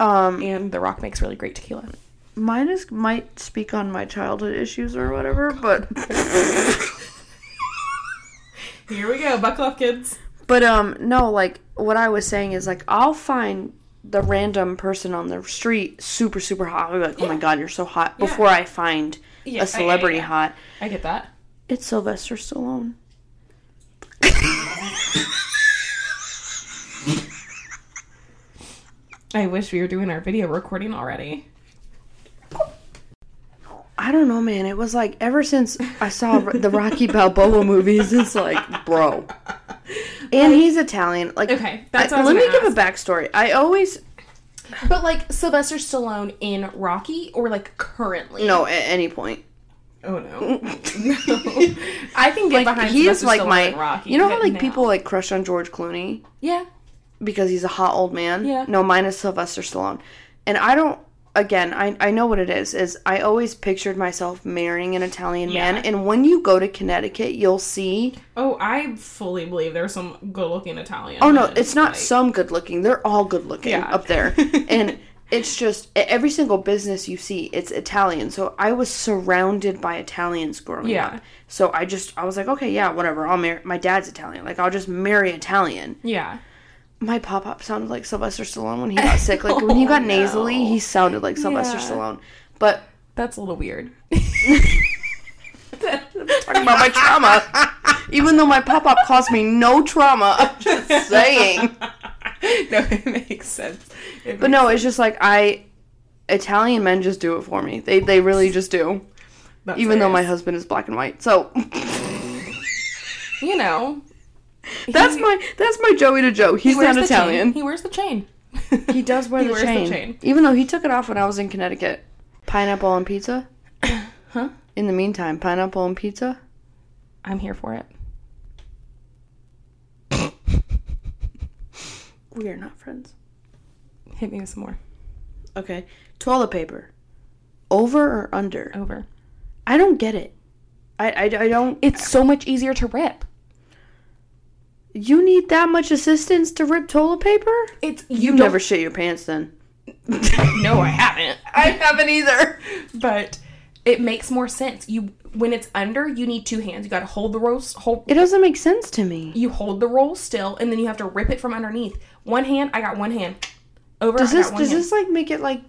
[SPEAKER 1] um
[SPEAKER 2] And The Rock makes really great tequila.
[SPEAKER 1] Mine is might speak on my childhood issues or whatever, but
[SPEAKER 2] Here we go. Buckle up, kids.
[SPEAKER 1] but um no, like what I was saying is like I'll find the random person on the street super super hot. I'll be like, oh my god, you're so hot. Before I find
[SPEAKER 2] Yeah,
[SPEAKER 1] a celebrity hot,
[SPEAKER 2] I get that.
[SPEAKER 1] it's Sylvester Stallone.
[SPEAKER 2] I wish we were doing our video recording already.
[SPEAKER 1] I don't know, man. It was like ever since I saw the Rocky Balboa movies, it's like, bro. And he's Italian. Like,
[SPEAKER 2] Okay, that's
[SPEAKER 1] I-
[SPEAKER 2] what I was
[SPEAKER 1] let me
[SPEAKER 2] gonna
[SPEAKER 1] give a backstory. I always
[SPEAKER 2] But like Sylvester Stallone in Rocky or like currently?
[SPEAKER 1] no at any point.
[SPEAKER 2] Oh no. no. I can get behind
[SPEAKER 1] he is
[SPEAKER 2] Sylvester
[SPEAKER 1] like
[SPEAKER 2] Stallone
[SPEAKER 1] my.
[SPEAKER 2] in Rocky.
[SPEAKER 1] you know how
[SPEAKER 2] but
[SPEAKER 1] like
[SPEAKER 2] now-
[SPEAKER 1] people like crush on George Clooney
[SPEAKER 2] Yeah.
[SPEAKER 1] because he's a hot old man.
[SPEAKER 2] Yeah.
[SPEAKER 1] No, mine is Sylvester Stallone, and I don't. Again, I, I know what it is. Is I always pictured myself marrying an Italian
[SPEAKER 2] Yeah.
[SPEAKER 1] man, and when you go to Connecticut, you'll see.
[SPEAKER 2] Oh, I fully believe there's some good-looking Italian.
[SPEAKER 1] Oh no,
[SPEAKER 2] men,
[SPEAKER 1] it's not
[SPEAKER 2] like-
[SPEAKER 1] some good looking. They're all good looking
[SPEAKER 2] Yeah.
[SPEAKER 1] up there. and it's just e- every single business you see, it's Italian. So I was surrounded by Italians growing
[SPEAKER 2] Yeah.
[SPEAKER 1] up. So I just I was like, okay, yeah, whatever. I'll marry my dad's Italian. Like I'll just marry Italian.
[SPEAKER 2] Yeah.
[SPEAKER 1] My pop up sounded like Sylvester Stallone when he got sick. Like when he got
[SPEAKER 2] Oh,
[SPEAKER 1] nasally,
[SPEAKER 2] no.
[SPEAKER 1] he sounded like Sylvester
[SPEAKER 2] Yeah.
[SPEAKER 1] Stallone. But
[SPEAKER 2] That's a little weird.
[SPEAKER 1] talking about my trauma, even though my pop up caused me no trauma, I'm just saying.
[SPEAKER 2] no, it makes sense. It
[SPEAKER 1] But no, it's just like I Italian men just do it for me. They they really just do.
[SPEAKER 2] That's
[SPEAKER 1] Even though my
[SPEAKER 2] hilarious.
[SPEAKER 1] husband is black and white. So
[SPEAKER 2] you know,
[SPEAKER 1] that's
[SPEAKER 2] He-
[SPEAKER 1] my that's my Joey to Joe. He's
[SPEAKER 2] wears
[SPEAKER 1] not
[SPEAKER 2] the chain.
[SPEAKER 1] Italian.
[SPEAKER 2] He wears the chain.
[SPEAKER 1] He does wear
[SPEAKER 2] He
[SPEAKER 1] the,
[SPEAKER 2] wears
[SPEAKER 1] chain, Even though he took it off when I was in Connecticut. Pineapple on pizza?
[SPEAKER 2] Huh?
[SPEAKER 1] In the meantime, pineapple on pizza?
[SPEAKER 2] I'm here for it.
[SPEAKER 1] We are not friends.
[SPEAKER 2] Hit me with some more.
[SPEAKER 1] Okay. Toilet paper. Over or under?
[SPEAKER 2] Over.
[SPEAKER 1] I don't get it. I, I, I don't.
[SPEAKER 2] It's so much easier to rip.
[SPEAKER 1] You need that much assistance to rip toilet paper?
[SPEAKER 2] It's
[SPEAKER 1] You,
[SPEAKER 2] don't-
[SPEAKER 1] never shit your pants then.
[SPEAKER 2] No, I haven't.
[SPEAKER 1] I haven't either.
[SPEAKER 2] But it makes more sense. You when it's under, you need two hands. You got to hold the roll. Hold.
[SPEAKER 1] It doesn't make sense to me.
[SPEAKER 2] You hold the roll still, and then you have to rip it from underneath. One hand. I got one hand. Over.
[SPEAKER 1] Does
[SPEAKER 2] I got
[SPEAKER 1] this
[SPEAKER 2] one
[SPEAKER 1] does
[SPEAKER 2] hand.
[SPEAKER 1] this like make it like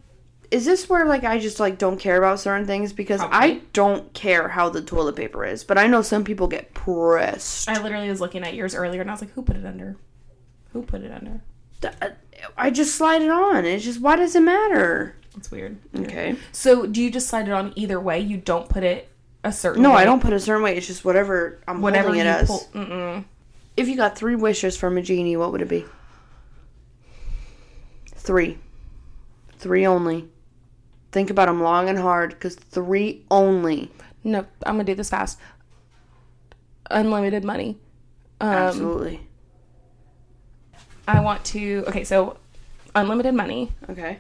[SPEAKER 1] is this where like I just like don't care about certain things because I
[SPEAKER 2] Probably.
[SPEAKER 1] don't care how the toilet paper is, but I know some people get pressed.
[SPEAKER 2] I literally was looking at yours earlier, and I was like, "Who put it under? Who put it under?"
[SPEAKER 1] Th- I just slide it on. It's just why does it matter?
[SPEAKER 2] It's weird.
[SPEAKER 1] Okay.
[SPEAKER 2] So do you just slide it on either way? You don't put it a certain.
[SPEAKER 1] No,
[SPEAKER 2] way?
[SPEAKER 1] I don't put a certain way. It's just whatever I'm
[SPEAKER 2] Whatever
[SPEAKER 1] holding
[SPEAKER 2] you
[SPEAKER 1] it as.
[SPEAKER 2] pull. Mm-mm.
[SPEAKER 1] If you got three wishes from a genie, what would it be? Three. Three only. Think about them long and hard because three only.
[SPEAKER 2] No, I'm gonna do this fast. Unlimited money. Um,
[SPEAKER 1] Absolutely.
[SPEAKER 2] I want to. Okay, so unlimited money.
[SPEAKER 1] Okay.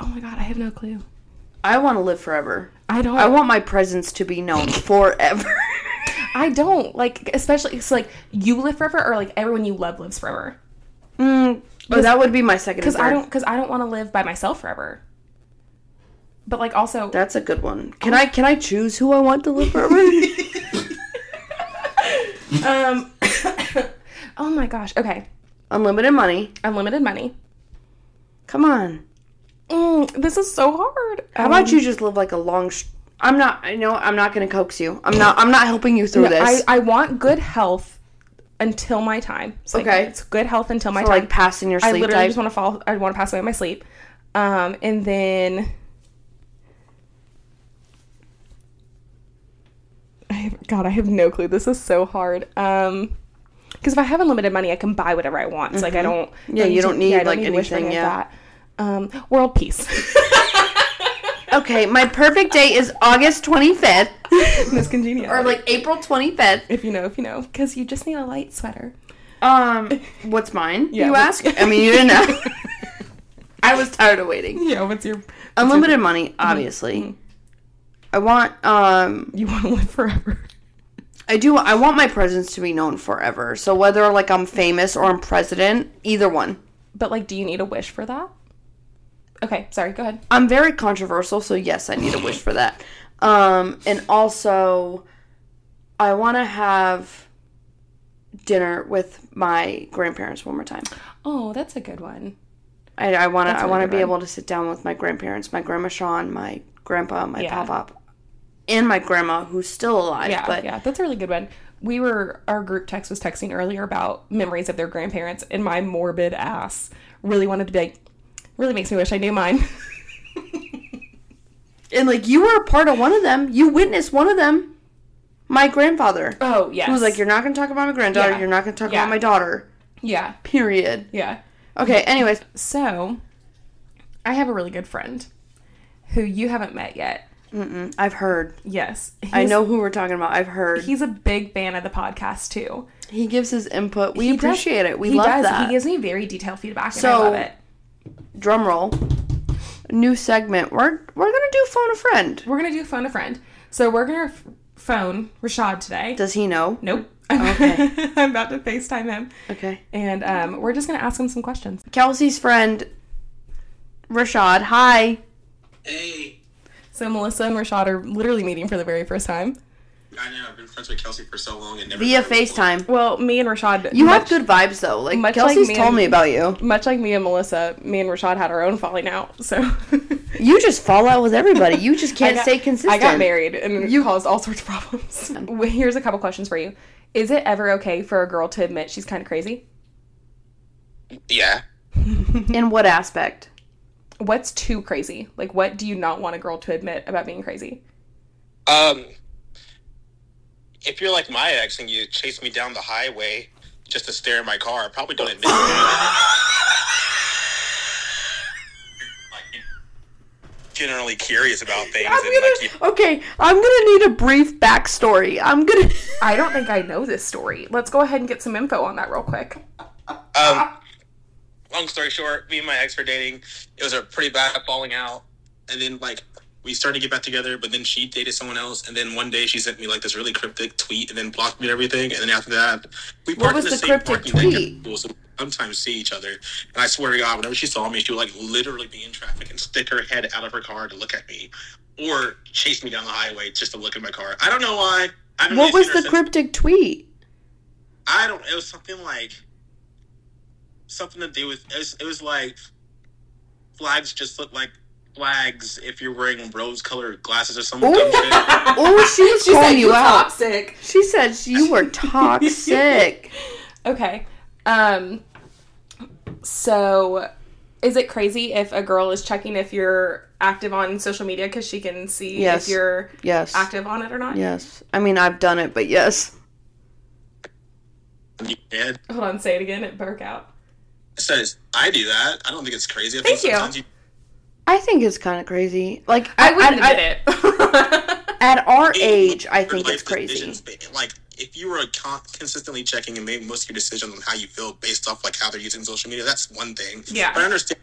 [SPEAKER 2] Oh my god, I have no clue.
[SPEAKER 1] I want to live forever.
[SPEAKER 2] I don't.
[SPEAKER 1] I want my presence to be known forever.
[SPEAKER 2] I don't like, especially it's like you live forever, or like everyone you love lives forever.
[SPEAKER 1] mm, oh, that would be my second.
[SPEAKER 2] Because
[SPEAKER 1] Because
[SPEAKER 2] I don't. Because I don't want to live by myself forever. But like also,
[SPEAKER 1] That's a good one. Can I can I choose who I want to live forever?
[SPEAKER 2] um. oh my gosh. Okay,
[SPEAKER 1] Unlimited money.
[SPEAKER 2] unlimited money.
[SPEAKER 1] Come on.
[SPEAKER 2] Mm, this is so hard.
[SPEAKER 1] How about
[SPEAKER 2] Um,
[SPEAKER 1] you just live like a long? Sh- I'm not. I know. I'm not going to coax you. I'm not. I'm not helping you through
[SPEAKER 2] No,
[SPEAKER 1] this.
[SPEAKER 2] I, I want good health until my time. So like,
[SPEAKER 1] Okay.
[SPEAKER 2] It's good health until my
[SPEAKER 1] So,
[SPEAKER 2] time.
[SPEAKER 1] like passing your
[SPEAKER 2] I
[SPEAKER 1] sleep
[SPEAKER 2] literally
[SPEAKER 1] type.
[SPEAKER 2] just want to fall. I want to pass away in my sleep. Um, and then I have, God, I have no clue. This is so hard. Um, because if I have unlimited money, I can buy whatever I want. So, like I don't.
[SPEAKER 1] Mm-hmm. Yeah, you don't need,
[SPEAKER 2] yeah, I
[SPEAKER 1] like,
[SPEAKER 2] to wish for
[SPEAKER 1] anything,
[SPEAKER 2] any of
[SPEAKER 1] yeah.
[SPEAKER 2] that. Um, world peace.
[SPEAKER 1] okay, my perfect date is August 25th
[SPEAKER 2] Miss Congeniality.
[SPEAKER 1] or like April 25th.
[SPEAKER 2] if you know, if you know, because you just need a light sweater.
[SPEAKER 1] Um, what's mine?
[SPEAKER 2] Yeah,
[SPEAKER 1] you
[SPEAKER 2] what's-
[SPEAKER 1] ask. I mean, you didn't ask. I was tired of waiting.
[SPEAKER 2] Yeah, what's your?
[SPEAKER 1] Unlimited
[SPEAKER 2] Mm-hmm.
[SPEAKER 1] money, obviously. I want. Um,
[SPEAKER 2] You want to live forever.
[SPEAKER 1] I do. I want my presence to be known forever. So whether like I'm famous or I'm president, either one.
[SPEAKER 2] But like, do you need a wish for that? Okay, sorry, go ahead.
[SPEAKER 1] I'm very controversial, so yes, I need a wish for that. Um, and also, I want to have dinner with my grandparents one more time.
[SPEAKER 2] Oh, that's a good one.
[SPEAKER 1] I, I want to. I
[SPEAKER 2] a
[SPEAKER 1] want to
[SPEAKER 2] good
[SPEAKER 1] be
[SPEAKER 2] one.
[SPEAKER 1] able to sit down with my grandparents, my grandma Sean, my grandpa, my
[SPEAKER 2] Yeah.
[SPEAKER 1] pop pop, and my grandma who's still alive.
[SPEAKER 2] Yeah,
[SPEAKER 1] but
[SPEAKER 2] yeah, that's a really good one. We were our group text was texting earlier about memories of their grandparents, and my morbid ass really wanted to be like, really makes me wish I knew mine.
[SPEAKER 1] and like you were a part of one of them. You witnessed one of them. My grandfather.
[SPEAKER 2] Oh yes,
[SPEAKER 1] He was like, "You're not going to talk about my granddaughter.
[SPEAKER 2] Yeah.
[SPEAKER 1] You're not going to talk
[SPEAKER 2] Yeah.
[SPEAKER 1] about my daughter."
[SPEAKER 2] yeah,
[SPEAKER 1] Period.
[SPEAKER 2] yeah.
[SPEAKER 1] Okay. Anyways,
[SPEAKER 2] So, I have a really good friend who you haven't met yet.
[SPEAKER 1] Mm-mm, I've heard.
[SPEAKER 2] Yes,
[SPEAKER 1] I
[SPEAKER 2] he's-
[SPEAKER 1] know who we're talking about. I've heard.
[SPEAKER 2] he's a big fan of the podcast too.
[SPEAKER 1] He gives his input. We
[SPEAKER 2] He does-
[SPEAKER 1] appreciate it. We
[SPEAKER 2] he
[SPEAKER 1] love
[SPEAKER 2] does.
[SPEAKER 1] that.
[SPEAKER 2] He gives me very detailed feedback, and I
[SPEAKER 1] So-
[SPEAKER 2] love it.
[SPEAKER 1] Drum roll. New segment. We're we're gonna do phone a friend.
[SPEAKER 2] We're gonna do phone a friend. So we're gonna f- phone Rashad today.
[SPEAKER 1] Does he know?
[SPEAKER 2] Nope.
[SPEAKER 1] Okay.
[SPEAKER 2] I'm about to FaceTime him.
[SPEAKER 1] Okay.
[SPEAKER 2] And um, we're just going to ask him some questions.
[SPEAKER 1] Kelsey's friend, Rashad. Hi.
[SPEAKER 3] Hey,
[SPEAKER 2] So Melissa and Rashad are literally meeting for the very first time.
[SPEAKER 3] I know I've been friends with Kelsey for so long and never
[SPEAKER 1] Via
[SPEAKER 3] got a-
[SPEAKER 1] FaceTime.
[SPEAKER 2] Well, me and Rashad.
[SPEAKER 1] You
[SPEAKER 2] much,
[SPEAKER 1] have good vibes though. Like
[SPEAKER 2] much like
[SPEAKER 1] Kelsey's
[SPEAKER 2] me
[SPEAKER 1] told
[SPEAKER 2] and-
[SPEAKER 1] me about you.
[SPEAKER 2] Much like me and Melissa, me and Rashad had our own falling out. So
[SPEAKER 1] You just fall out with everybody. You just
[SPEAKER 2] I
[SPEAKER 1] can't
[SPEAKER 2] got-
[SPEAKER 1] stay consistent.
[SPEAKER 2] I got married and you caused all sorts of problems. Well, Here's a couple questions for you. Is it ever okay for a girl to admit she's kind of crazy?
[SPEAKER 3] Yeah.
[SPEAKER 1] In what aspect?
[SPEAKER 2] What's too crazy? Like, what do you not want a girl to admit about being crazy?
[SPEAKER 3] Um, if you're like my ex and you chase me down the highway just to stare at my car, I probably don't admit. it. Like, you're Generally curious about things,
[SPEAKER 1] I'm
[SPEAKER 3] and like you,
[SPEAKER 1] gonna, okay, I'm gonna need a brief backstory. I'm gonna.
[SPEAKER 2] I don't think I know this story. Let's go ahead and get some info on that real quick.
[SPEAKER 1] Ah.
[SPEAKER 3] um, long story short, me and my ex were dating. It was a pretty bad falling out, and then like we started to get back together. But then she dated someone else, and then one day she sent me like this really cryptic tweet, and then blocked me and everything. And then after that, we
[SPEAKER 1] What
[SPEAKER 3] parked
[SPEAKER 1] was
[SPEAKER 3] in
[SPEAKER 1] the
[SPEAKER 3] the, same
[SPEAKER 1] cryptic
[SPEAKER 3] parking deck at
[SPEAKER 1] tweet?
[SPEAKER 3] school, so we sometimes see each other. And I swear to God, whenever she saw me, she would like literally be in traffic and stick her head out of her car to look at me, or chase me down the highway just to look at my car. I don't know why. I haven't
[SPEAKER 1] What was
[SPEAKER 3] really seen
[SPEAKER 1] the
[SPEAKER 3] her since-
[SPEAKER 1] cryptic tweet?
[SPEAKER 3] I don't. It was something like something to do with. It was, it was like flags just look like flags if you're wearing rose-colored glasses or something.
[SPEAKER 1] Ooh.
[SPEAKER 3] dumb shit.
[SPEAKER 1] Oh, she was calling you out.
[SPEAKER 2] Toxic.
[SPEAKER 1] She said you were toxic.
[SPEAKER 2] Okay. Um. So, is it crazy if a girl is checking if you're active on social media because she can see
[SPEAKER 1] Yes.
[SPEAKER 2] if you're
[SPEAKER 1] yes.
[SPEAKER 2] active on it or not?
[SPEAKER 1] Yes. I mean, I've done it, but yes.
[SPEAKER 3] Yeah, it
[SPEAKER 2] Hold on, say it again. It broke out.
[SPEAKER 3] says I do that. I don't think it's crazy. I
[SPEAKER 2] Thank you.
[SPEAKER 3] sometimes
[SPEAKER 1] I think it's kind of crazy. Like
[SPEAKER 2] I
[SPEAKER 1] at-
[SPEAKER 2] wouldn't
[SPEAKER 1] at,
[SPEAKER 2] admit it.
[SPEAKER 1] at our age, I
[SPEAKER 3] your
[SPEAKER 1] think
[SPEAKER 3] life
[SPEAKER 1] it's crazy.
[SPEAKER 3] decisions, but, like if you were con- consistently checking and making most of your decisions on how you feel based off like how they're using social media, that's one thing.
[SPEAKER 2] Yeah.
[SPEAKER 3] But I understand.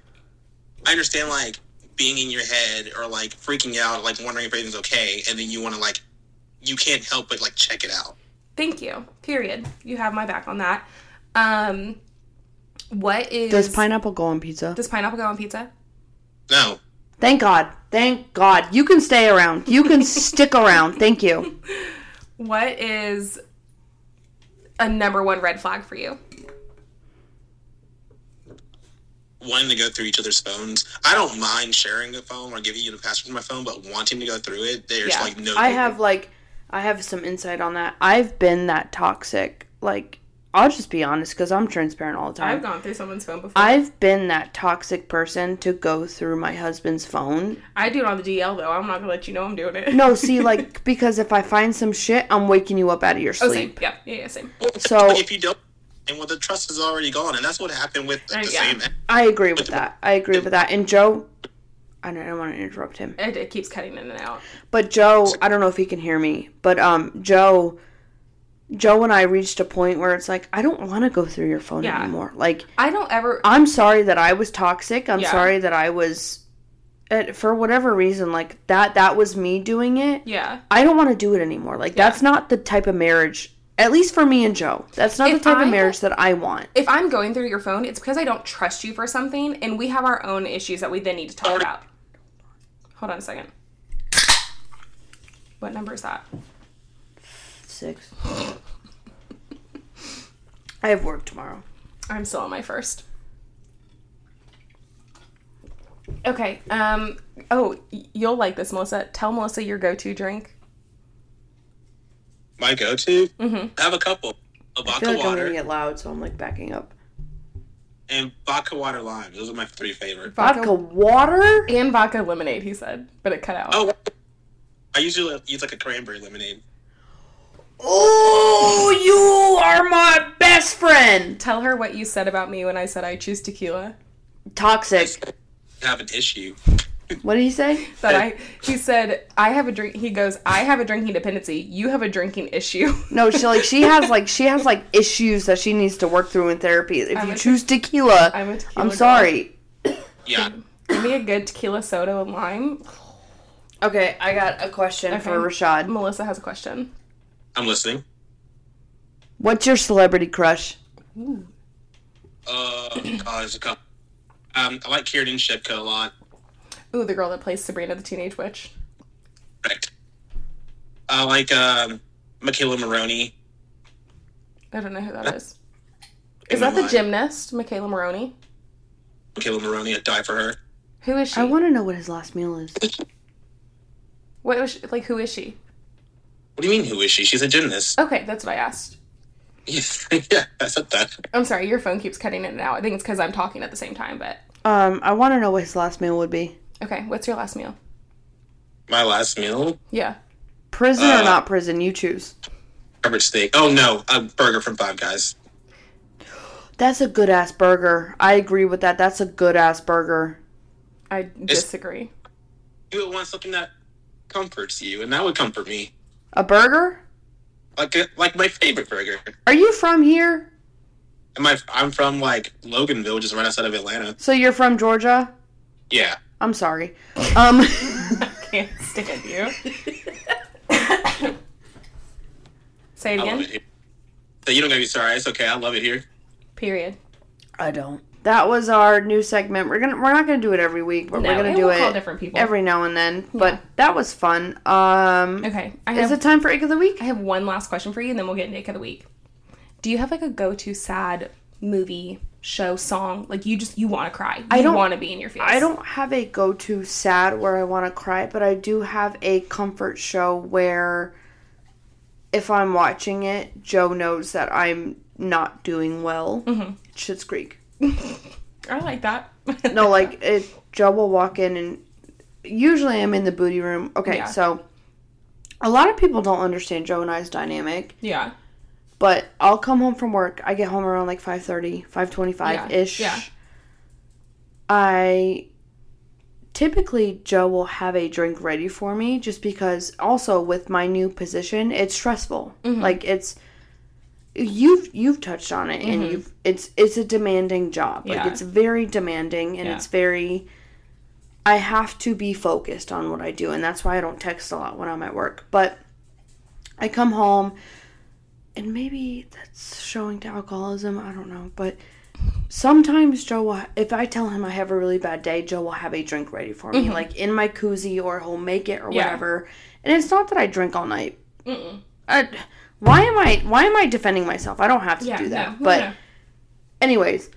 [SPEAKER 3] I understand like being in your head or like freaking out, like wondering if everything's okay, and then you want to like you can't help but like check it out.
[SPEAKER 2] Thank you. Period. You have my back on that. Um. What is
[SPEAKER 1] Does pineapple go on pizza?
[SPEAKER 2] does pineapple go on pizza?
[SPEAKER 3] No.
[SPEAKER 1] Thank God. Thank God. You can stay around. You can stick around. Thank you.
[SPEAKER 2] What is a number one red flag for you?
[SPEAKER 3] Wanting to go through each other's phones. I don't mind sharing a phone or giving you the password to my phone, but wanting to go through it, there's
[SPEAKER 2] Yeah.
[SPEAKER 3] like no.
[SPEAKER 1] I have like, I have some insight on that. I've been that toxic. Like, I'll just be honest because I'm transparent all the time.
[SPEAKER 2] I've gone through someone's phone before.
[SPEAKER 1] I've been that toxic person to go through my husband's phone
[SPEAKER 2] I do it on the DL though. I'm not gonna let you know I'm doing it.
[SPEAKER 1] No, see, like because if I find some shit, I'm waking you up out of your
[SPEAKER 2] Oh, same.
[SPEAKER 1] sleep.
[SPEAKER 2] Yeah, yeah, yeah, same.
[SPEAKER 1] So
[SPEAKER 3] Like, if you don't, and well, the trust is already gone, and that's what happened with like,
[SPEAKER 2] Uh,
[SPEAKER 3] the
[SPEAKER 2] yeah.
[SPEAKER 3] same.
[SPEAKER 1] I agree with that. I agree with that. And Joe, I don't, I don't want to interrupt him,
[SPEAKER 2] It, it keeps cutting in and out.
[SPEAKER 1] but Joe, I don't know if he can hear me, but um, Joe, Joe and I reached a point where it's like I don't want to go through your phone
[SPEAKER 2] Yeah.
[SPEAKER 1] anymore. Like
[SPEAKER 2] I don't ever.
[SPEAKER 1] I'm sorry that I was toxic. I'm
[SPEAKER 2] Yeah.
[SPEAKER 1] sorry that I was, it, for whatever reason, like that. That was me doing it.
[SPEAKER 2] yeah,
[SPEAKER 1] I don't want to do it anymore. Like that's not the type of marriage At least for me and Joe. That's not
[SPEAKER 2] If
[SPEAKER 1] the type
[SPEAKER 2] I-
[SPEAKER 1] of marriage that I want.
[SPEAKER 2] If I'm going through your phone, it's because I don't trust you for something, and we have our own issues that we then need to talk about. Hold on a second. What number is that?
[SPEAKER 1] Six. I have work tomorrow.
[SPEAKER 2] I'm still on my first. Okay. Um. Oh, y- you'll like this, Melissa. Tell Melissa your go-to drink.
[SPEAKER 3] My go to? I have a couple.
[SPEAKER 1] Mm-hmm.
[SPEAKER 3] A
[SPEAKER 1] I
[SPEAKER 3] vodka
[SPEAKER 1] feel like I'm
[SPEAKER 3] water
[SPEAKER 1] gonna get loud, so I'm like backing up.
[SPEAKER 3] and vodka water lime. Those are my three favorite.
[SPEAKER 1] Vodka water?
[SPEAKER 2] and vodka lemonade. He said, but it cut out.
[SPEAKER 3] Oh, I usually use like a cranberry lemonade.
[SPEAKER 1] Oh, you are my best friend.
[SPEAKER 2] Tell her what you said about me when I said I choose tequila.
[SPEAKER 1] Toxic.
[SPEAKER 3] I have an issue.
[SPEAKER 1] What did he say?
[SPEAKER 2] That I. He said I have a drink. He goes, I have a drinking dependency. You have a drinking issue.
[SPEAKER 1] No, she like she has like she has like issues that she needs to work through in therapy. If
[SPEAKER 2] I'm
[SPEAKER 1] you
[SPEAKER 2] a-
[SPEAKER 1] choose tequila,
[SPEAKER 2] I'm a tequila
[SPEAKER 1] I'm
[SPEAKER 2] girl.
[SPEAKER 1] sorry.
[SPEAKER 3] Yeah.
[SPEAKER 2] Give me a good tequila soda and lime.
[SPEAKER 1] Okay, I got a question for
[SPEAKER 2] Okay.
[SPEAKER 1] Rashad.
[SPEAKER 2] Melissa has a question.
[SPEAKER 3] I'm listening.
[SPEAKER 1] What's your celebrity crush?
[SPEAKER 3] Uh, oh, there's a couple. Um, I like Kieran Shepka a lot.
[SPEAKER 2] Ooh, the girl that plays Sabrina the Teenage Witch.
[SPEAKER 3] Correct. I like um, Michaela Maroney.
[SPEAKER 2] I don't know who that is. Is that the gymnast, Michaela Maroney?
[SPEAKER 3] Michaela Maroney. I'd die for her.
[SPEAKER 2] Who is she?
[SPEAKER 1] I want to know what his last meal is.
[SPEAKER 2] what was she, like? Who is she?
[SPEAKER 3] What do you mean? Who is she? She's a gymnast.
[SPEAKER 2] Okay, that's what I asked.
[SPEAKER 3] Yes. yeah, I said that.
[SPEAKER 2] I'm sorry, your phone keeps cutting in and out. I think it's because I'm talking at the same time. But
[SPEAKER 1] Um, I want to know what his last meal would be.
[SPEAKER 2] okay, what's your last meal?
[SPEAKER 3] My last meal.
[SPEAKER 2] Yeah.
[SPEAKER 1] Prison
[SPEAKER 3] Uh,
[SPEAKER 1] or not prison, you choose.
[SPEAKER 3] Covered steak. Oh no, a burger from Five Guys.
[SPEAKER 1] That's a good ass burger. I agree with that. That's a good ass burger.
[SPEAKER 2] I disagree.
[SPEAKER 3] You would want something that comforts you, and that would comfort me.
[SPEAKER 1] A burger?
[SPEAKER 3] Like a, like my favorite burger.
[SPEAKER 1] Are you from here?
[SPEAKER 3] And my I'm from like Loganville, which is right outside of Atlanta.
[SPEAKER 1] So you're from Georgia?
[SPEAKER 3] Yeah.
[SPEAKER 1] I'm sorry. Um,
[SPEAKER 2] Can't stand you. Say it
[SPEAKER 3] I love
[SPEAKER 2] again.
[SPEAKER 3] it here. So you don't gotta be sorry. It's okay. I love it here.
[SPEAKER 2] Period.
[SPEAKER 1] I don't. That was our new segment. We're gonna we're not gonna do it every week, but we're
[SPEAKER 2] No,
[SPEAKER 1] gonna
[SPEAKER 2] and
[SPEAKER 1] do
[SPEAKER 2] we'll
[SPEAKER 1] it
[SPEAKER 2] call different people.
[SPEAKER 1] every now and then. But that was fun. Um,
[SPEAKER 2] Okay. I
[SPEAKER 1] is
[SPEAKER 2] have,
[SPEAKER 1] it time for egg of the week?
[SPEAKER 2] I have one last question for you, and then we'll get into Ick of the Week. Do you have like a go-to sad movie, show, song? Like you just you want to cry. You
[SPEAKER 1] don't-
[SPEAKER 2] want to be in your feels.
[SPEAKER 1] I don't have a go to sad where I want to cry, but I do have a comfort show where if I'm watching it, Joe knows that I'm not doing well.
[SPEAKER 2] Mm-hmm.
[SPEAKER 1] mm Shit's Creek.
[SPEAKER 2] I like that.
[SPEAKER 1] No, like it, Joe will walk in and usually I'm in the booty room. Okay,
[SPEAKER 2] Yeah.
[SPEAKER 1] so a lot of people don't understand Joe and I's dynamic,
[SPEAKER 2] yeah.
[SPEAKER 1] but I'll come home from work. I get home around like 5:30, 5:25 ish.
[SPEAKER 2] Yeah, yeah.
[SPEAKER 1] I typically Joe will have a drink ready for me just because also with my new position, it's stressful.
[SPEAKER 2] Mm-hmm.
[SPEAKER 1] Like it's you've you've touched on it and you've it's it's a demanding job.
[SPEAKER 2] Mm-hmm. Yeah.
[SPEAKER 1] Like it's very demanding and
[SPEAKER 2] Yeah.
[SPEAKER 1] it's very I have to be focused on what I do and that's why I don't text a lot when I'm at work. But I come home and maybe that's showing to alcoholism, I don't know, but sometimes Joe will, if I tell him I have a really bad day, Joe will have a drink ready for me, like in my koozie or he'll make it or
[SPEAKER 2] Mm-hmm. Yeah.
[SPEAKER 1] whatever. And it's not that I drink all night. I, why am I why am I defending myself? I don't have to
[SPEAKER 2] Yeah.
[SPEAKER 1] do that.
[SPEAKER 2] no,
[SPEAKER 1] but
[SPEAKER 2] no, no.
[SPEAKER 1] anyways,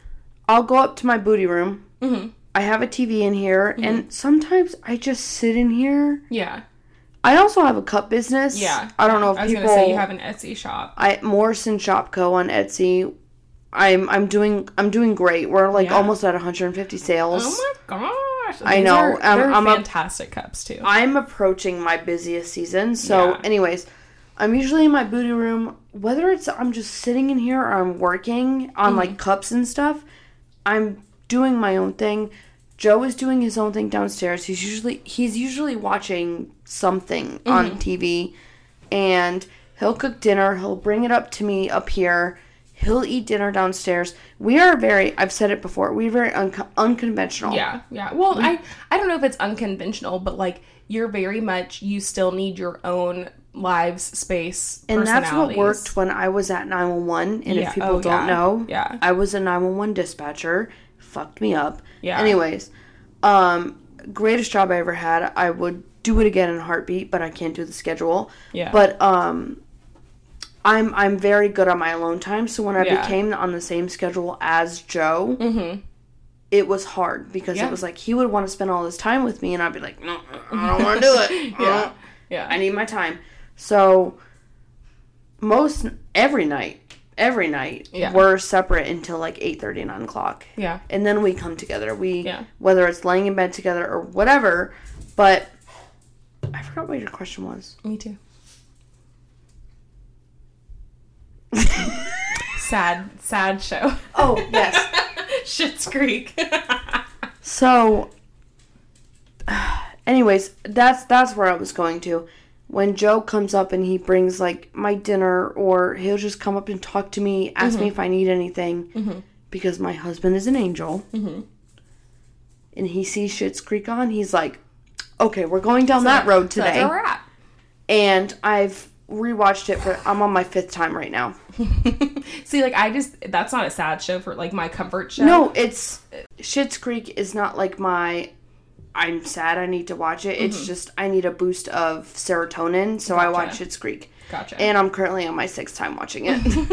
[SPEAKER 1] I'll go up to my booty room.
[SPEAKER 2] Mhm.
[SPEAKER 1] I have a TV in here,
[SPEAKER 2] Mm-hmm.
[SPEAKER 1] and sometimes I just sit in here.
[SPEAKER 2] yeah,
[SPEAKER 1] I also have a cup business.
[SPEAKER 2] yeah.
[SPEAKER 1] I don't know if
[SPEAKER 2] I was
[SPEAKER 1] people.
[SPEAKER 2] gonna say you have an Etsy shop.
[SPEAKER 1] I Morrison Shop Co on Etsy. I'm I'm doing I'm doing great. We're like
[SPEAKER 2] Yeah.
[SPEAKER 1] almost at 150 sales.
[SPEAKER 2] Oh my gosh!
[SPEAKER 1] I
[SPEAKER 2] These
[SPEAKER 1] know,
[SPEAKER 2] Are,
[SPEAKER 1] um,
[SPEAKER 2] they're
[SPEAKER 1] I'm a-
[SPEAKER 2] fantastic cups too.
[SPEAKER 1] I'm approaching my busiest season. So,
[SPEAKER 2] Yeah.
[SPEAKER 1] anyways, I'm usually in my booty room. Whether it's I'm just sitting in here or I'm working on
[SPEAKER 2] Mm.
[SPEAKER 1] like cups and stuff, I'm doing my own thing. Joe is doing his own thing downstairs. He's usually he's usually watching something on
[SPEAKER 2] Mm-hmm.
[SPEAKER 1] TV, and he'll cook dinner. He'll bring it up to me up here. He'll eat dinner downstairs. We are very, I've said it before, we're very unco- unconventional.
[SPEAKER 2] Yeah, yeah. Well, I I don't know if it's unconventional, but like you're very much you still need your own lives, space,
[SPEAKER 1] And that's what
[SPEAKER 2] personalities.
[SPEAKER 1] worked when I was at 911. And
[SPEAKER 2] Yeah.
[SPEAKER 1] if people
[SPEAKER 2] Oh,
[SPEAKER 1] don't
[SPEAKER 2] yeah.
[SPEAKER 1] know,
[SPEAKER 2] Yeah.
[SPEAKER 1] I was a 911 dispatcher. Fucked me up.
[SPEAKER 2] Yeah.
[SPEAKER 1] Anyways, um, greatest job I ever had. I would do it again in a heartbeat, but I can't do the schedule.
[SPEAKER 2] Yeah.
[SPEAKER 1] But um, I'm I'm very good on my alone time. So when I
[SPEAKER 2] Yeah. Mm-hmm.
[SPEAKER 1] became on the same schedule as Joe, it was hard because
[SPEAKER 2] Yeah.
[SPEAKER 1] it was like he would want to spend all his time with me, and I'd be like, no, I don't want to do it. Uh-huh.
[SPEAKER 2] Yeah.
[SPEAKER 1] yeah.
[SPEAKER 2] Yeah.
[SPEAKER 1] I need my time. So most every night, every night,
[SPEAKER 2] Yeah.
[SPEAKER 1] we're separate until like 8:30, 9 o'clock,
[SPEAKER 2] yeah.
[SPEAKER 1] and then we come together. We
[SPEAKER 2] Yeah.
[SPEAKER 1] whether it's laying in bed together or whatever. But I forgot what your question was.
[SPEAKER 2] Me too. sad, sad show.
[SPEAKER 1] Oh yes.
[SPEAKER 2] Shit's Creek.
[SPEAKER 1] So, anyways, that's that's where I was going to. When Joe comes up and he brings like my dinner, or he'll just come up and talk to me, ask
[SPEAKER 2] Mm-hmm.
[SPEAKER 1] me if I need anything, because my husband is an angel,
[SPEAKER 2] Mm-hmm.
[SPEAKER 1] and he sees Shit's Creek on. He's like, "Okay, we're going down that road
[SPEAKER 2] That's
[SPEAKER 1] today,"
[SPEAKER 2] where we're at.
[SPEAKER 1] and I've rewatched it for I'm on my fifth time right now.
[SPEAKER 2] See, like I just that's not a sad show for like my comfort show.
[SPEAKER 1] No, it's Shit's Creek is not like my I'm sad I need to watch it. It's just I need a boost of serotonin, so I watch Shit's Creek.
[SPEAKER 2] Gotcha.
[SPEAKER 1] And I'm currently on my sixth time watching it.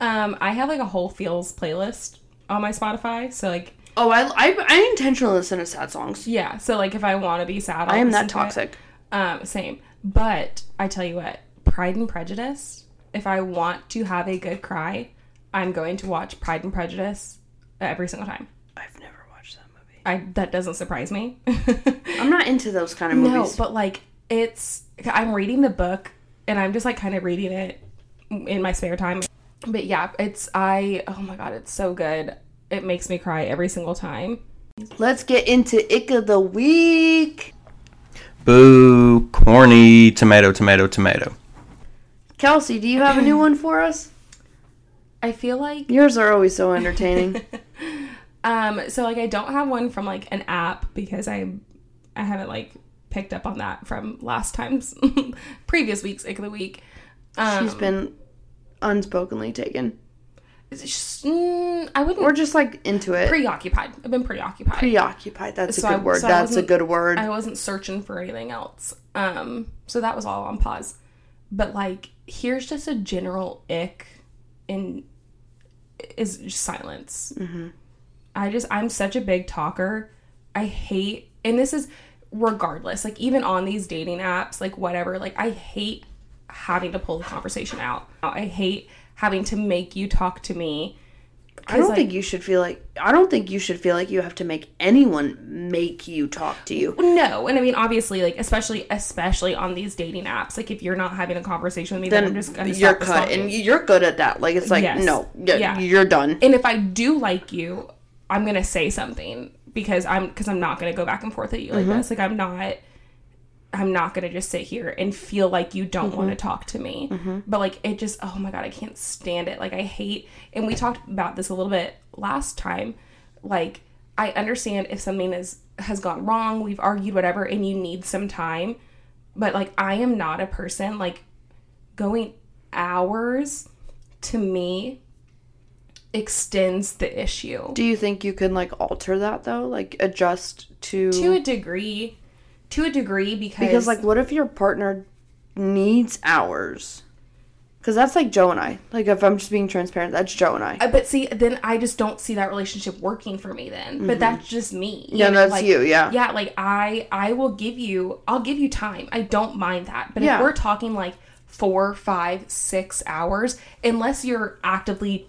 [SPEAKER 2] um I have like a whole feels playlist on my Spotify. So like
[SPEAKER 1] oh, I, I I intentionally listen to sad songs.
[SPEAKER 2] yeah, so like if I want to be sad, I'll
[SPEAKER 1] I am
[SPEAKER 2] listen
[SPEAKER 1] that
[SPEAKER 2] to it.
[SPEAKER 1] toxic.
[SPEAKER 2] Um, same. But I tell you what, Pride and Prejudice. If I want to have a good cry, I'm going to watch Pride and Prejudice every single time.
[SPEAKER 1] I've never watched that movie.
[SPEAKER 2] I that doesn't surprise me.
[SPEAKER 1] I'm not into those kind of
[SPEAKER 2] no,
[SPEAKER 1] movies.
[SPEAKER 2] but like it's I'm reading the book and I'm just like kind of reading it in my spare time. But yeah, it's I oh my god, it's so good. It makes me cry every single time.
[SPEAKER 1] Let's get into Ick of the Week.
[SPEAKER 4] Boo, corny, tomato, tomato, tomato.
[SPEAKER 1] Kelsey, do you have a new one for us?
[SPEAKER 2] I feel like
[SPEAKER 1] Yours are always so entertaining.
[SPEAKER 2] Um, so like I don't have one from like an app because I I haven't like picked up on that from last time's previous week's ick of the week.
[SPEAKER 1] She's been unspokenly taken.
[SPEAKER 2] It's just- mm, I wouldn't
[SPEAKER 1] Or just like into it.
[SPEAKER 2] preoccupied. I've been preoccupied.
[SPEAKER 1] preoccupied. That's
[SPEAKER 2] So
[SPEAKER 1] a
[SPEAKER 2] I-
[SPEAKER 1] good word.
[SPEAKER 2] so I
[SPEAKER 1] That's a
[SPEAKER 2] wasn't-
[SPEAKER 1] good word.
[SPEAKER 2] I wasn't searching for anything else. Um, so that was all on pause. But like here's just a general ick in is just silence.
[SPEAKER 1] Mm-hmm.
[SPEAKER 2] I just I'm such a big talker. I hate and this is regardless, like even on these dating apps, like whatever, like I hate having to pull the conversation out. I hate having to make you talk to me.
[SPEAKER 1] I don't
[SPEAKER 2] like-
[SPEAKER 1] think you should feel like I don't think you should feel like you have to make anyone make you talk to you.
[SPEAKER 2] No, and I mean obviously, like especially especially on these dating apps, like if you're not having a conversation with me, then, I'm just gonna
[SPEAKER 1] You're
[SPEAKER 2] stop this
[SPEAKER 1] cut,
[SPEAKER 2] talking.
[SPEAKER 1] and you're good at that. Like it's like
[SPEAKER 2] Yes.
[SPEAKER 1] no, yeah,
[SPEAKER 2] Yeah.
[SPEAKER 1] you're done.
[SPEAKER 2] and if I do like you, I'm gonna say something because I'm because I'm not gonna go back and forth at you like this. Like I'm not. I'm not gonna just sit here and feel like you don't want to talk to me, but like it just oh my god I can't stand it. Like I hate, and we talked about this a little bit last time. Like I understand if something is has gone wrong, we've argued whatever, and you need some time, but like I am not a person like going hours to me extends the issue
[SPEAKER 1] Do you think you can like alter that though? Like adjust to,
[SPEAKER 2] to a degree to a degree because,
[SPEAKER 1] Mm-hmm. because like what if your partner needs hours? Because that's like Joe and I. Like if I'm just being transparent, that's Joe and I.
[SPEAKER 2] Uh, but see then i just don't see that relationship working for me then but that's just me
[SPEAKER 1] Mm-hmm.
[SPEAKER 2] you
[SPEAKER 1] Yeah,
[SPEAKER 2] know,
[SPEAKER 1] that's
[SPEAKER 2] like-
[SPEAKER 1] you, yeah.
[SPEAKER 2] yeah like i i will give you i'll give you time i don't mind that but
[SPEAKER 1] Yeah.
[SPEAKER 2] if we're talking like four five six hours unless you're actively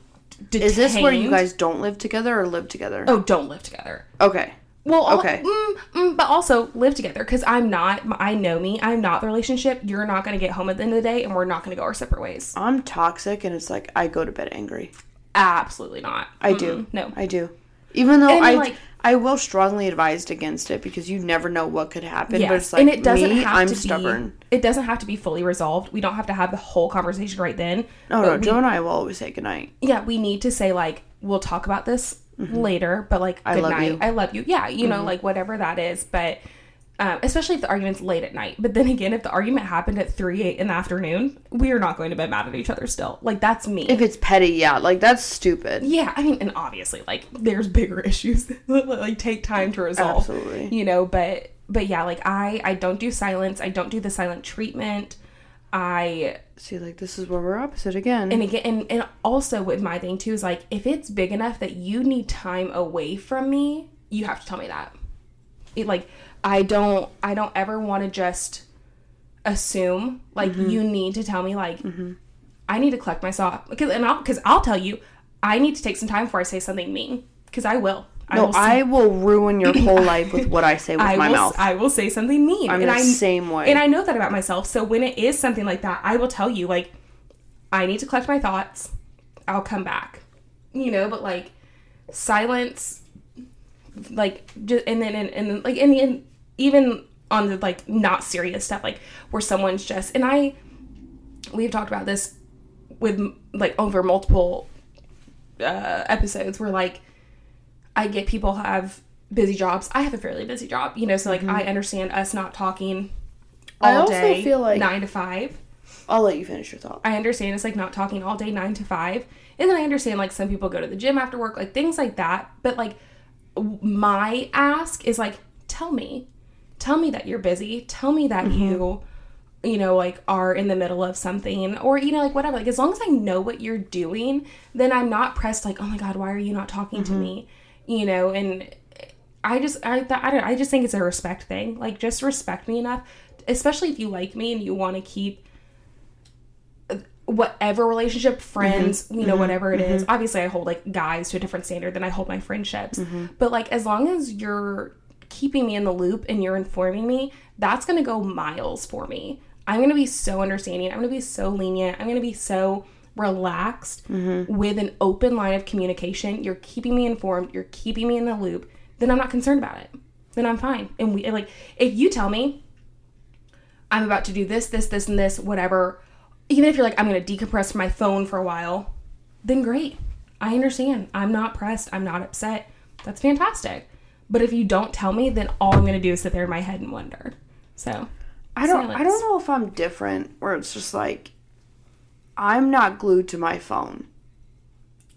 [SPEAKER 2] detained,
[SPEAKER 1] Is this where you guys don't live together or live together?
[SPEAKER 2] oh don't live together
[SPEAKER 1] Okay.
[SPEAKER 2] Well, al-
[SPEAKER 1] Okay.
[SPEAKER 2] mm, mm, but also live together because I'm not. I know me. I'm not the relationship. You're not going to get home at the end of the day, and we're not going to go our separate ways.
[SPEAKER 1] I'm toxic, and it's like I go to bed angry.
[SPEAKER 2] Absolutely not.
[SPEAKER 1] I do.
[SPEAKER 2] no.
[SPEAKER 1] I do. Even though
[SPEAKER 2] And,
[SPEAKER 1] I
[SPEAKER 2] like-
[SPEAKER 1] I will strongly advised against it because you never know what could happen. But it's
[SPEAKER 2] Yes.
[SPEAKER 1] like
[SPEAKER 2] and it doesn't
[SPEAKER 1] me,
[SPEAKER 2] have
[SPEAKER 1] I'm
[SPEAKER 2] to
[SPEAKER 1] stubborn.
[SPEAKER 2] Be, it doesn't have to be fully resolved. We don't have to have the whole conversation right then.
[SPEAKER 1] No,
[SPEAKER 2] but
[SPEAKER 1] no,
[SPEAKER 2] we-
[SPEAKER 1] Joe and I will always say goodnight.
[SPEAKER 2] yeah, we need to say like we'll talk about this later, but like good
[SPEAKER 1] Mm-hmm. I love
[SPEAKER 2] night,
[SPEAKER 1] you. Mm-hmm.
[SPEAKER 2] I love you. Yeah, you know, like whatever that is, but. Um, especially if the argument's late at night. But then again, if the argument happened at 3 8 in the afternoon, we are not going to be mad at each other still. Like, that's me.
[SPEAKER 1] If it's petty, yeah, like that's stupid.
[SPEAKER 2] Yeah, I mean, and obviously, like, there's bigger issues that like take time to resolve.
[SPEAKER 1] Absolutely.
[SPEAKER 2] you know, but but yeah, like I I don't do silence. I don't do the silent treatment. I
[SPEAKER 1] See, like this is where we're opposite again.
[SPEAKER 2] and again and, and also with my thing too is like if it's big enough that you need time away from me, you have to tell me that. It, like I don't I don't ever want to just assume like you need to tell me like I need to collect myself because and I'll because I'll tell you I need to take some time before I say something mean because I will. I
[SPEAKER 1] no,
[SPEAKER 2] will
[SPEAKER 1] I will ruin your whole life with what I say with
[SPEAKER 2] I
[SPEAKER 1] my
[SPEAKER 2] will,
[SPEAKER 1] mouth.
[SPEAKER 2] I will say something mean.
[SPEAKER 1] I'm
[SPEAKER 2] and
[SPEAKER 1] the
[SPEAKER 2] I,
[SPEAKER 1] same way.
[SPEAKER 2] And I know that about myself. So when it is something like that, I will tell you, like, I need to collect my thoughts. I'll come back. You know, but like, silence, like, just, and then, and, and then, like, in the end, even on the, like, not serious stuff, like, where someone's just, and I, we've talked about this with, like, over multiple uh, episodes where, like, I get people have busy jobs. I have a fairly busy job, you know, so like I understand us not talking
[SPEAKER 1] Mm-hmm.
[SPEAKER 2] all
[SPEAKER 1] I also
[SPEAKER 2] day,
[SPEAKER 1] feel like-
[SPEAKER 2] nine to five.
[SPEAKER 1] I'll let you finish your thought.
[SPEAKER 2] I understand it's like not talking all day, nine to five, and then I understand like some people go to the gym after work, like things like that. But like w- my ask is like, tell me, tell me that you're busy, tell me that you, you know, like are in the middle of something, or you know, like whatever. Like as long as I know what you're doing, then I'm not pressed like, oh my god, why are you not talking to me, you know, and I just I th- I don't I just think it's a respect thing. Like just respect me enough, especially if you like me and you want to keep whatever relationship friends you know whatever it is. obviously i hold like guys to a different standard than i hold my friendships but like as long as you're keeping me in the loop and you're informing me that's going to go miles for me i'm going to be so understanding i'm going to be so lenient i'm going to be so relaxed with an open line of communication you're keeping me informed you're keeping me in the loop then i'm not concerned about it then i'm fine and we and, like if you tell me I'm about to do this, this, this, and this, whatever. Even if you're like, I'm going to decompress from my phone for a while, then great. I understand. I'm not pressed. I'm not upset. That's fantastic. But if you don't tell me, then all I'm going to do is sit there in my head and wonder. So,
[SPEAKER 1] I don't I
[SPEAKER 2] silence.
[SPEAKER 1] don't know if I'm different where it's just like I'm not glued to my phone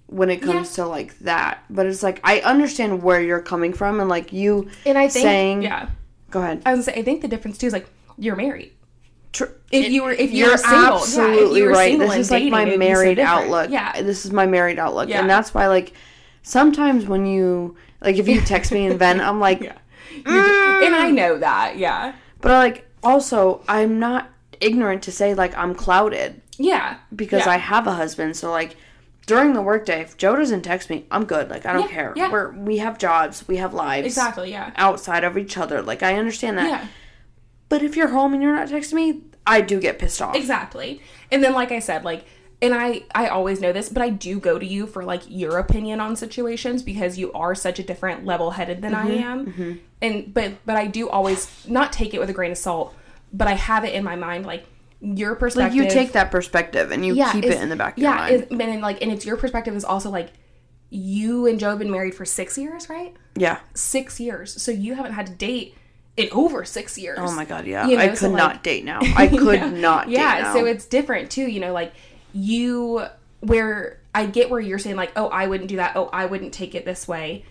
[SPEAKER 1] when it comes to like that. But it's like I understand where you're coming from and like you
[SPEAKER 2] and I think,
[SPEAKER 1] saying
[SPEAKER 2] yeah,
[SPEAKER 1] go ahead.
[SPEAKER 2] I was gonna say, I think the difference too is like you're married.
[SPEAKER 1] Tr-
[SPEAKER 2] If you were, if you were single, yeah, if you
[SPEAKER 1] absolutely
[SPEAKER 2] were
[SPEAKER 1] right.
[SPEAKER 2] single
[SPEAKER 1] This
[SPEAKER 2] and
[SPEAKER 1] is like my
[SPEAKER 2] dating, it'd be so
[SPEAKER 1] married
[SPEAKER 2] different.
[SPEAKER 1] outlook.
[SPEAKER 2] Yeah,
[SPEAKER 1] this is my married outlook,
[SPEAKER 2] Yeah.
[SPEAKER 1] and that's why like sometimes when you like if you text me and vent, I'm like,
[SPEAKER 2] yeah. You do- and I know that. Yeah,
[SPEAKER 1] but like also I'm not ignorant to say like I'm clouded
[SPEAKER 2] yeah.
[SPEAKER 1] because
[SPEAKER 2] yeah.
[SPEAKER 1] I have a husband. So like during the workday, if Joe doesn't text me, I'm good. Like I don't
[SPEAKER 2] Yeah,
[SPEAKER 1] care.
[SPEAKER 2] yeah.
[SPEAKER 1] We're we have jobs, we have lives
[SPEAKER 2] exactly yeah
[SPEAKER 1] outside of each other. Like I understand that.
[SPEAKER 2] yeah.
[SPEAKER 1] But if you're home and you're not texting me, I do get pissed off.
[SPEAKER 2] Exactly. And then like I said, like and I I always know this, but I do go to you for like your opinion on situations because you are such a different level-headed than I
[SPEAKER 1] Mm-hmm.
[SPEAKER 2] am. And but but I do always not take it with a grain of salt, but I have it in my mind like your
[SPEAKER 1] Like
[SPEAKER 2] perspective
[SPEAKER 1] you take that perspective and you keep it
[SPEAKER 2] it's-
[SPEAKER 1] in the back of
[SPEAKER 2] yeah,
[SPEAKER 1] your mind.
[SPEAKER 2] it's- and then, like and it's your perspective is also like you and Joe have been married for 6 years, right?
[SPEAKER 1] yeah.
[SPEAKER 2] 6 years. So you haven't had to date in over 6 years.
[SPEAKER 1] Oh my god, yeah.
[SPEAKER 2] You
[SPEAKER 1] I
[SPEAKER 2] know,
[SPEAKER 1] could
[SPEAKER 2] so,
[SPEAKER 1] not
[SPEAKER 2] like-
[SPEAKER 1] date now. I could
[SPEAKER 2] Yeah.
[SPEAKER 1] not date
[SPEAKER 2] yeah
[SPEAKER 1] now.
[SPEAKER 2] so it's different too you know like you where i get where you're saying like oh i wouldn't do that oh i wouldn't take it this way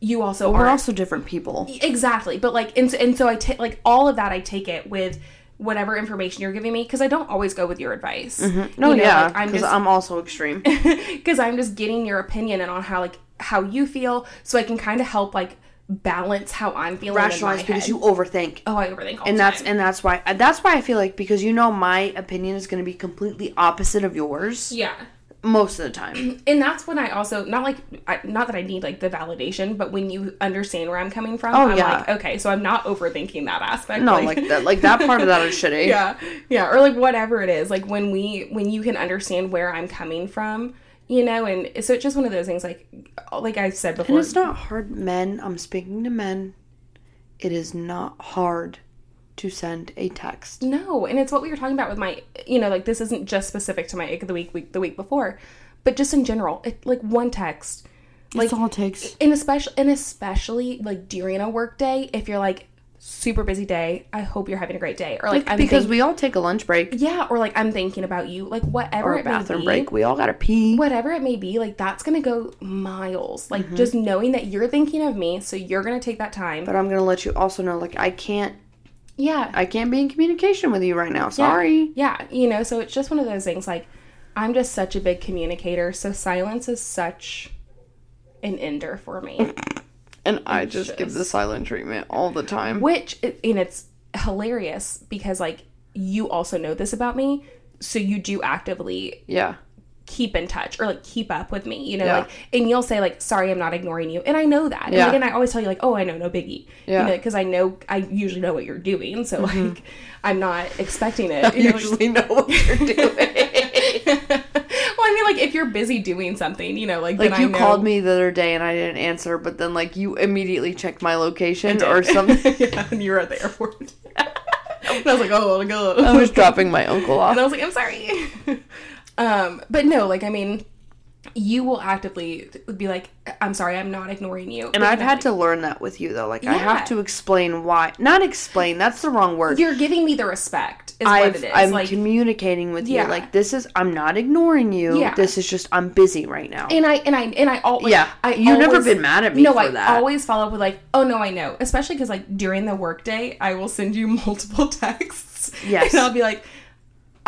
[SPEAKER 2] you also
[SPEAKER 1] we're
[SPEAKER 2] are
[SPEAKER 1] also different people.
[SPEAKER 2] exactly but like and so, and so i take like all of that i take it with whatever information you're giving me because i don't always go with your advice
[SPEAKER 1] No,
[SPEAKER 2] You know,
[SPEAKER 1] yeah,
[SPEAKER 2] like, i'm
[SPEAKER 1] because
[SPEAKER 2] just
[SPEAKER 1] I'm also extreme. Mm-hmm.
[SPEAKER 2] because i'm just getting your opinion and on how like how you feel so i can kind of help like balance how i'm feeling in my
[SPEAKER 1] Rationalize because
[SPEAKER 2] head.
[SPEAKER 1] you overthink.
[SPEAKER 2] oh i overthink all
[SPEAKER 1] and
[SPEAKER 2] the
[SPEAKER 1] that's
[SPEAKER 2] time.
[SPEAKER 1] and that's why and that's why I feel like because you know my opinion is going to be completely opposite of yours
[SPEAKER 2] yeah
[SPEAKER 1] most of the time.
[SPEAKER 2] and that's when I also not like I, not that I need like the validation, but when you understand where I'm coming from,
[SPEAKER 1] Oh,
[SPEAKER 2] I'm
[SPEAKER 1] yeah.
[SPEAKER 2] like, okay, so I'm not overthinking that aspect.
[SPEAKER 1] No, like that, like that part of that is shitty.
[SPEAKER 2] yeah, yeah, or like whatever it is. Like when we when you can understand where I'm coming from, you know, and so it's just one of those things. Like, like I've said
[SPEAKER 1] And
[SPEAKER 2] before,
[SPEAKER 1] it's not hard, men. I'm speaking to men. It is not hard to send a text.
[SPEAKER 2] No, and it's what we were talking about with my, you know, like this isn't just specific to my ick of the week, week the week before, but just in general, it, like one text,
[SPEAKER 1] Like, all it takes.
[SPEAKER 2] and especially and especially like during a work day, if you're like super busy day, I hope you're having a great day, or like, I'm
[SPEAKER 1] because
[SPEAKER 2] think-
[SPEAKER 1] we all take a lunch break
[SPEAKER 2] yeah, or like I'm thinking about you, like whatever
[SPEAKER 1] or a
[SPEAKER 2] it may
[SPEAKER 1] bathroom
[SPEAKER 2] be,
[SPEAKER 1] break. We all gotta pee.
[SPEAKER 2] whatever it may be, like that's gonna go miles, like just knowing that you're thinking of me, so you're gonna take that time,
[SPEAKER 1] Mm-hmm. But I'm gonna let you also know, like, I can't,
[SPEAKER 2] yeah,
[SPEAKER 1] I can't be in communication with you right now. Sorry.
[SPEAKER 2] Yeah, you know, so it's just one of those things like I'm just such a big communicator, so silence is such an ender for me.
[SPEAKER 1] And I just give the silent treatment all the time.
[SPEAKER 2] Which and it's hilarious because like you also know this about me, so you do actively
[SPEAKER 1] Yeah.
[SPEAKER 2] keep in touch or like keep up with me, you know,
[SPEAKER 1] Yeah.
[SPEAKER 2] like and you'll say like sorry I'm not ignoring you. And I know that.
[SPEAKER 1] Yeah.
[SPEAKER 2] And again I always tell you like, oh I know no biggie.
[SPEAKER 1] Yeah. Mm-hmm.
[SPEAKER 2] You know, because I know I usually know what you're doing. So like I'm not expecting it. you know, like-
[SPEAKER 1] know what you're doing.
[SPEAKER 2] well, I mean, like if you're busy doing something, you know, like,
[SPEAKER 1] like
[SPEAKER 2] then
[SPEAKER 1] you
[SPEAKER 2] I know-
[SPEAKER 1] called me the other day and I didn't answer, but then like you immediately checked my location or something.
[SPEAKER 2] yeah, and you were at the airport. and I was like, oh, I'll go.
[SPEAKER 1] I was dropping my uncle
[SPEAKER 2] and I
[SPEAKER 1] off.
[SPEAKER 2] was like, I'm sorry. um, but no, like I mean, you will actively be like, I'm sorry, I'm not ignoring you.
[SPEAKER 1] And I've had to learn that with you though. Like I
[SPEAKER 2] Yeah.
[SPEAKER 1] have to explain why. Not explain. That's the wrong word.
[SPEAKER 2] You're giving me the respect. Is what
[SPEAKER 1] I've,
[SPEAKER 2] it is.
[SPEAKER 1] I'm
[SPEAKER 2] like,
[SPEAKER 1] communicating with
[SPEAKER 2] Yeah.
[SPEAKER 1] you. Like this is. I'm not ignoring you.
[SPEAKER 2] Yeah.
[SPEAKER 1] This is just. I'm busy right now.
[SPEAKER 2] and I and I and I always
[SPEAKER 1] Yeah,
[SPEAKER 2] I
[SPEAKER 1] you've never been mad at me
[SPEAKER 2] No,
[SPEAKER 1] for
[SPEAKER 2] I
[SPEAKER 1] that.
[SPEAKER 2] always follow up with like, oh no, I know, especially because like during the workday, I will send you multiple texts.
[SPEAKER 1] Yes.
[SPEAKER 2] and I'll be like,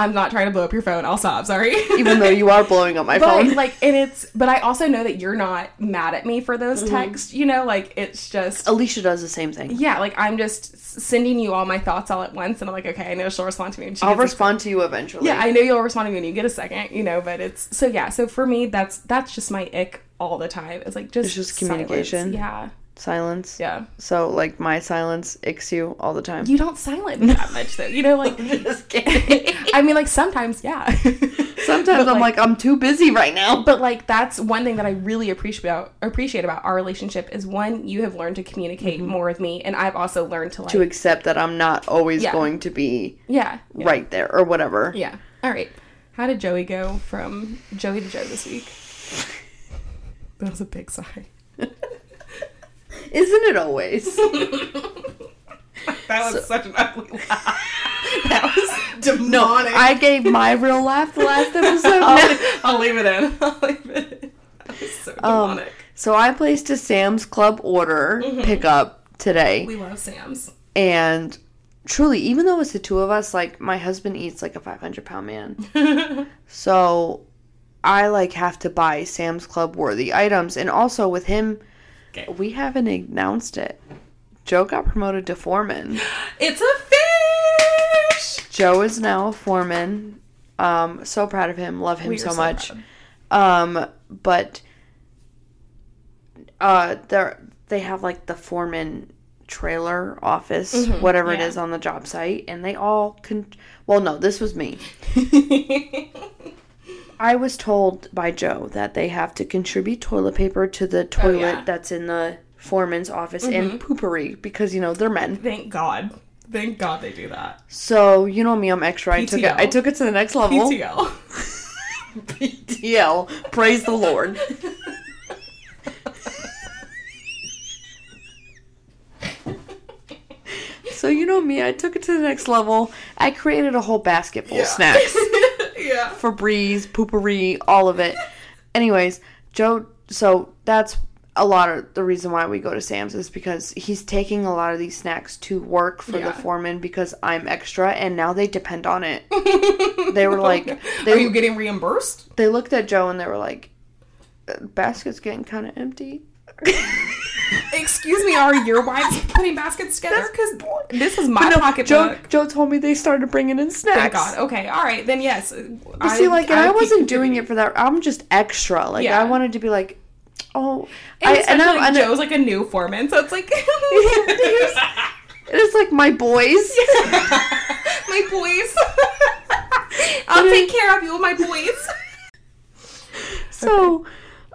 [SPEAKER 2] I'm not trying to blow up your phone. I'll stop. Sorry.
[SPEAKER 1] Even though you are blowing up my
[SPEAKER 2] but
[SPEAKER 1] phone.
[SPEAKER 2] like, and it's but I also know that you're not mad at me for those
[SPEAKER 1] Mm-hmm.
[SPEAKER 2] texts. You know, like it's just.
[SPEAKER 1] Alicia does the same thing.
[SPEAKER 2] Yeah, like I'm just s- sending you all my thoughts all at once, and I'm like, okay, I know she'll respond to me. And she
[SPEAKER 1] I'll
[SPEAKER 2] gets a
[SPEAKER 1] respond to you eventually.
[SPEAKER 2] yeah, I know you'll respond to me when you get a second, you know, but it's so yeah, so for me that's that's just my ick all the time. It's like just
[SPEAKER 1] It's just
[SPEAKER 2] silence.
[SPEAKER 1] communication.
[SPEAKER 2] Yeah.
[SPEAKER 1] silence.
[SPEAKER 2] Yeah.
[SPEAKER 1] So like my silence icks you all the time.
[SPEAKER 2] You don't silent me that much though. You know, like
[SPEAKER 1] Just kidding.
[SPEAKER 2] I mean like sometimes, yeah.
[SPEAKER 1] Sometimes
[SPEAKER 2] But,
[SPEAKER 1] I'm like, I'm too busy right now.
[SPEAKER 2] but like that's one thing that I really appreciate about appreciate about our relationship is one, you have learned to communicate more with me and I've also learned to like
[SPEAKER 1] Mm-hmm. To accept that I'm not always
[SPEAKER 2] Yeah.
[SPEAKER 1] going to be
[SPEAKER 2] Yeah.
[SPEAKER 1] right there or whatever.
[SPEAKER 2] Yeah. All right. How did Joey go from Joey to Joe this week? That was a big sigh.
[SPEAKER 1] Isn't it always?
[SPEAKER 2] That was such an ugly laugh. that was demonic.
[SPEAKER 1] I gave my real laugh the last episode.
[SPEAKER 2] Oh. I'll leave it in. I'll leave it in. That was so
[SPEAKER 1] Um,
[SPEAKER 2] demonic.
[SPEAKER 1] so I placed a Sam's Club order pickup today.
[SPEAKER 2] Mm-hmm. we love Sam's.
[SPEAKER 1] and truly even though it's the two of us like my husband eats like a 500 pound man so i like have to buy sam's club worthy items and also with him
[SPEAKER 2] Okay.
[SPEAKER 1] we haven't announced it joe got promoted to foreman
[SPEAKER 2] It's a fish!
[SPEAKER 1] joe is now a foreman um so proud of him love him
[SPEAKER 2] We are
[SPEAKER 1] so,
[SPEAKER 2] so
[SPEAKER 1] much
[SPEAKER 2] proud.
[SPEAKER 1] um but uh there they have like the foreman trailer office whatever
[SPEAKER 2] Mm-hmm. yeah.
[SPEAKER 1] it is on the job site and they all con well no this was me i was told by joe that they have to contribute toilet paper to the toilet
[SPEAKER 2] Oh, yeah. Mm-hmm.
[SPEAKER 1] that's in the foreman's office and poopery because you know they're men
[SPEAKER 2] Thank God. Thank God they do that.
[SPEAKER 1] so you know me i'm extra i took it i
[SPEAKER 2] PTO.
[SPEAKER 1] took it to the next level
[SPEAKER 2] PTL.
[SPEAKER 1] PTL. Praise the Lord. so you know me, I took it to the next level. I created a whole basket full of snacks.
[SPEAKER 2] yeah.
[SPEAKER 1] Febreze, poopery, all of it. Anyways, Joe so that's a lot of the reason why we go to Sam's is because he's taking a lot of these snacks to work for
[SPEAKER 2] Yeah.
[SPEAKER 1] the foreman because I'm extra and now they depend on it. They were like they
[SPEAKER 2] Are you getting reimbursed?
[SPEAKER 1] they looked at Joe and they were like, "Uh, "Basket's getting kind of empty."
[SPEAKER 2] Excuse me, are your wives putting baskets together? Because this is my
[SPEAKER 1] But no,
[SPEAKER 2] pocketbook.
[SPEAKER 1] Joe, Joe told me they started bringing in snacks.
[SPEAKER 2] Thank God. Okay, all right, then yes.
[SPEAKER 1] You see, like, and I, wasn't doing it for that. I'm just extra. Like,
[SPEAKER 2] Yeah.
[SPEAKER 1] I wanted to be like, oh, I,
[SPEAKER 2] And
[SPEAKER 1] and,
[SPEAKER 2] especially,
[SPEAKER 1] I'm,
[SPEAKER 2] like,
[SPEAKER 1] and, I-
[SPEAKER 2] Joe's like a new foreman, so it's like
[SPEAKER 1] and it's like my boys.
[SPEAKER 2] my boys. I'll take care of you, my boys.
[SPEAKER 1] So,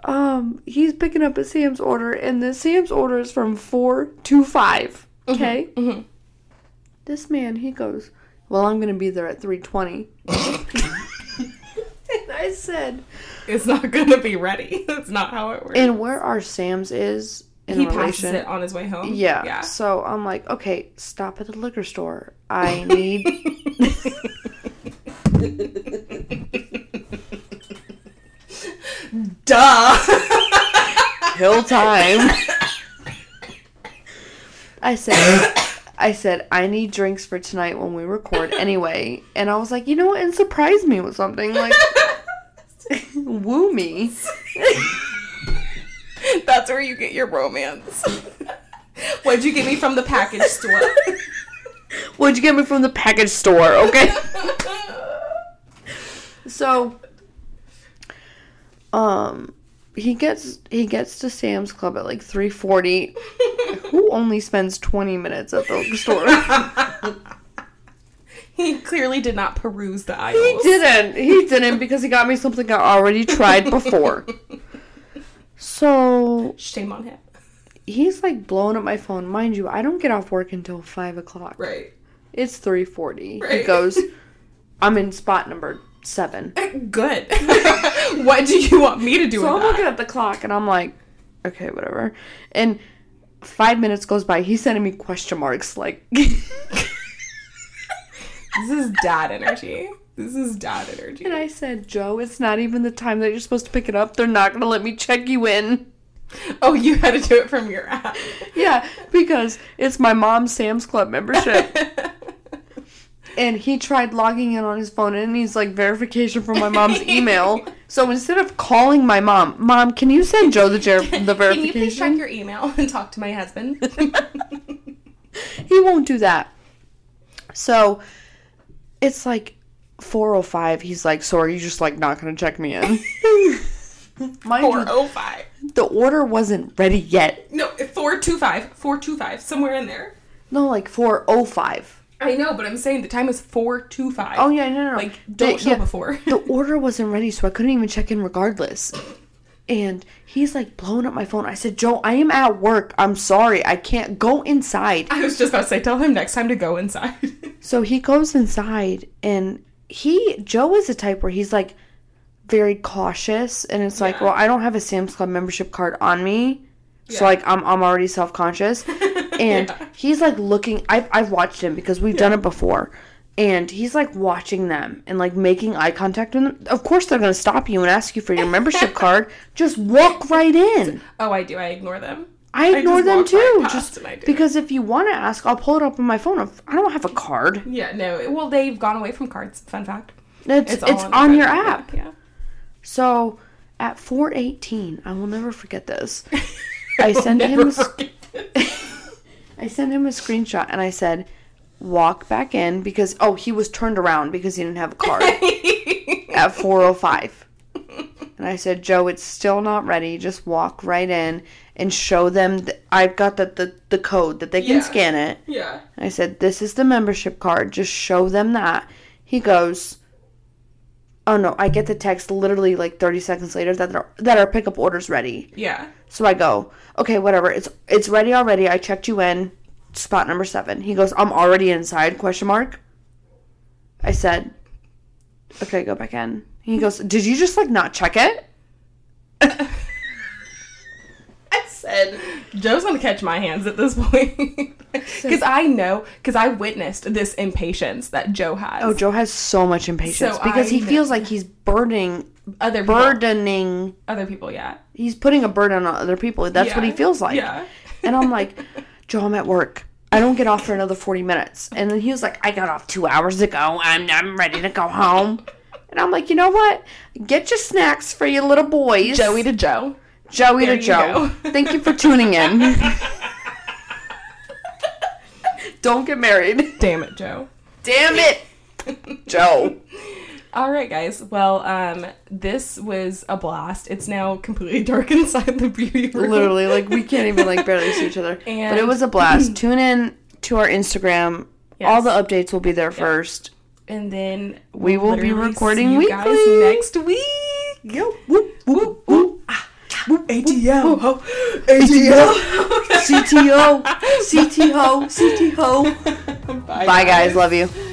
[SPEAKER 1] um, he's picking up a Sam's order, and the Sam's order is from four to five. Okay.
[SPEAKER 2] mhm.
[SPEAKER 1] This man, he goes, "Well, I'm gonna be there at 3.20. and I said,
[SPEAKER 2] It's not gonna be ready. That's not how it works.
[SPEAKER 1] "And where our Sam's is in
[SPEAKER 2] he
[SPEAKER 1] relation?"
[SPEAKER 2] passes it on his way home.
[SPEAKER 1] Yeah.
[SPEAKER 2] Yeah.
[SPEAKER 1] So I'm like, okay, stop at the liquor store. I need.
[SPEAKER 2] Duh.
[SPEAKER 1] Hill time. I said, I said, I need drinks for tonight when we record anyway. And I was like, you know what? And surprise me with something. Like, woo me.
[SPEAKER 2] That's where you get your romance. What'd you get me from the package store?
[SPEAKER 1] What'd you get me from the package store? Okay. So, um, he gets he gets to Sam's Club at like three forty. Who only spends twenty minutes at the store?
[SPEAKER 2] he clearly did not peruse the
[SPEAKER 1] He
[SPEAKER 2] aisles.
[SPEAKER 1] didn't. He didn't because he got me something I already tried before. so
[SPEAKER 2] Shame on him.
[SPEAKER 1] he's like blowing up my phone. Mind you, I don't get off work until five o'clock.
[SPEAKER 2] Right.
[SPEAKER 1] It's three forty. He
[SPEAKER 2] Right.
[SPEAKER 1] goes, I'm in spot number seven.
[SPEAKER 2] Good. what do you want me to do
[SPEAKER 1] So I'm
[SPEAKER 2] with that?
[SPEAKER 1] looking at the clock and I'm like, okay, whatever. And five minutes goes by. He's sending me question marks like,
[SPEAKER 2] This is dad energy. This is dad energy.
[SPEAKER 1] and I said, Joe, it's not even the time that you're supposed to pick it up. They're not gonna let me check you in.
[SPEAKER 2] Oh, you had to do it from your app.
[SPEAKER 1] Yeah, because it's my mom's Sam's Club membership. and he tried logging in on his phone and he's like verification from my mom's email. So instead of calling my mom, mom, can you send Joe the, jer- the
[SPEAKER 2] Can you please check
[SPEAKER 1] verification?
[SPEAKER 2] your email and talk to my husband?
[SPEAKER 1] he won't do that. So it's like 405. He's like, "So are you just like not going to check me in?" Mind you,
[SPEAKER 2] 405.
[SPEAKER 1] the order wasn't ready yet.
[SPEAKER 2] No, 425. 425. Somewhere in there.
[SPEAKER 1] No, like 405.
[SPEAKER 2] I know, but I'm saying the time is 425.
[SPEAKER 1] Oh yeah, no, no. no.
[SPEAKER 2] Like, don't
[SPEAKER 1] The-
[SPEAKER 2] show
[SPEAKER 1] yeah,
[SPEAKER 2] before.
[SPEAKER 1] the order wasn't ready, so I couldn't even check in regardless. And he's like blowing up my phone. I said, "Joe, I am at work. I'm sorry. I can't go inside."
[SPEAKER 2] I was just about to say, tell him next time to go inside.
[SPEAKER 1] So he goes inside and he Joe is a type where he's like very cautious and it's like,
[SPEAKER 2] Yeah.
[SPEAKER 1] well, I don't have a Sam's Club membership card on me. So
[SPEAKER 2] Yeah.
[SPEAKER 1] like I'm I'm already self-conscious. And
[SPEAKER 2] Yeah.
[SPEAKER 1] he's like looking I've I've watched him because we've done it before. And he's like watching them and like making eye contact with them. Of course they're gonna stop you and ask you for your membership card. Just walk right in.
[SPEAKER 2] oh, I do. I ignore them.
[SPEAKER 1] I ignore
[SPEAKER 2] just
[SPEAKER 1] them
[SPEAKER 2] walk right
[SPEAKER 1] too.
[SPEAKER 2] past
[SPEAKER 1] just
[SPEAKER 2] and I do it.
[SPEAKER 1] because if you wanna ask, I'll pull it up on my phone. If- I don't have a card.
[SPEAKER 2] Yeah, no. Well, they've gone away from cards. Fun fact.
[SPEAKER 1] It's it's,
[SPEAKER 2] all
[SPEAKER 1] on,
[SPEAKER 2] the
[SPEAKER 1] your
[SPEAKER 2] credit card.
[SPEAKER 1] app.
[SPEAKER 2] Yeah.
[SPEAKER 1] So at 418, I will never forget this. I sent him a, s- I sent him a screenshot and I said, "Walk back in because oh, he was turned around because he didn't have a card at 405." And I said, "Joe, it's still not ready. Just walk right in and show them th- I've got the, the the code that they can
[SPEAKER 2] Yeah.
[SPEAKER 1] scan it."
[SPEAKER 2] yeah.
[SPEAKER 1] I said, This is the membership card. Just show them that. He goes, Oh no, I get the text literally like 30 seconds later that, our- that our pickup order's ready.
[SPEAKER 2] Yeah.
[SPEAKER 1] So I go, Okay, whatever. It's it's ready already. I checked you in. Spot number seven. He goes, I'm already inside, question mark. I said, Okay, go back in. He goes, Did you just like not check it?
[SPEAKER 2] I said Joe's gonna catch my hands at this point because I know because I witnessed this impatience that Joe has.
[SPEAKER 1] Oh, Joe has so much impatience
[SPEAKER 2] So
[SPEAKER 1] because
[SPEAKER 2] I
[SPEAKER 1] he
[SPEAKER 2] kn-
[SPEAKER 1] feels like he's burdening
[SPEAKER 2] other people,
[SPEAKER 1] burdening
[SPEAKER 2] other people, yeah.
[SPEAKER 1] he's putting a burden on other people. That's what
[SPEAKER 2] Yeah.
[SPEAKER 1] he feels like.
[SPEAKER 2] Yeah.
[SPEAKER 1] And I'm like, Joe, I'm at work. I don't get off for another 40 minutes. And then he was like, I got off two hours ago. I'm, I'm ready to go home. And I'm like, you know what? Get your snacks for your little boys.
[SPEAKER 2] Joey to Joe.
[SPEAKER 1] Joey
[SPEAKER 2] There
[SPEAKER 1] to
[SPEAKER 2] you
[SPEAKER 1] Joe.
[SPEAKER 2] go.
[SPEAKER 1] Thank you for tuning in. don't get married.
[SPEAKER 2] Damn it, Joe.
[SPEAKER 1] Damn it, Joe.
[SPEAKER 2] All right, guys. Well, um, this was a blast. It's now completely dark inside the beauty room.
[SPEAKER 1] Literally, like, we can't even, like, barely see each other. but it
[SPEAKER 2] And-
[SPEAKER 1] was a blast. Tune in to our Instagram. All the updates will be there first.
[SPEAKER 2] and then
[SPEAKER 1] We will be
[SPEAKER 2] literally
[SPEAKER 1] recording
[SPEAKER 2] see you
[SPEAKER 1] weekly.
[SPEAKER 2] guys next week.
[SPEAKER 1] Yo, whoop. Whoop, whoop.
[SPEAKER 2] ATL, ho, ATL.
[SPEAKER 1] CTO, CTO, CTO. Bye, guys. Love you.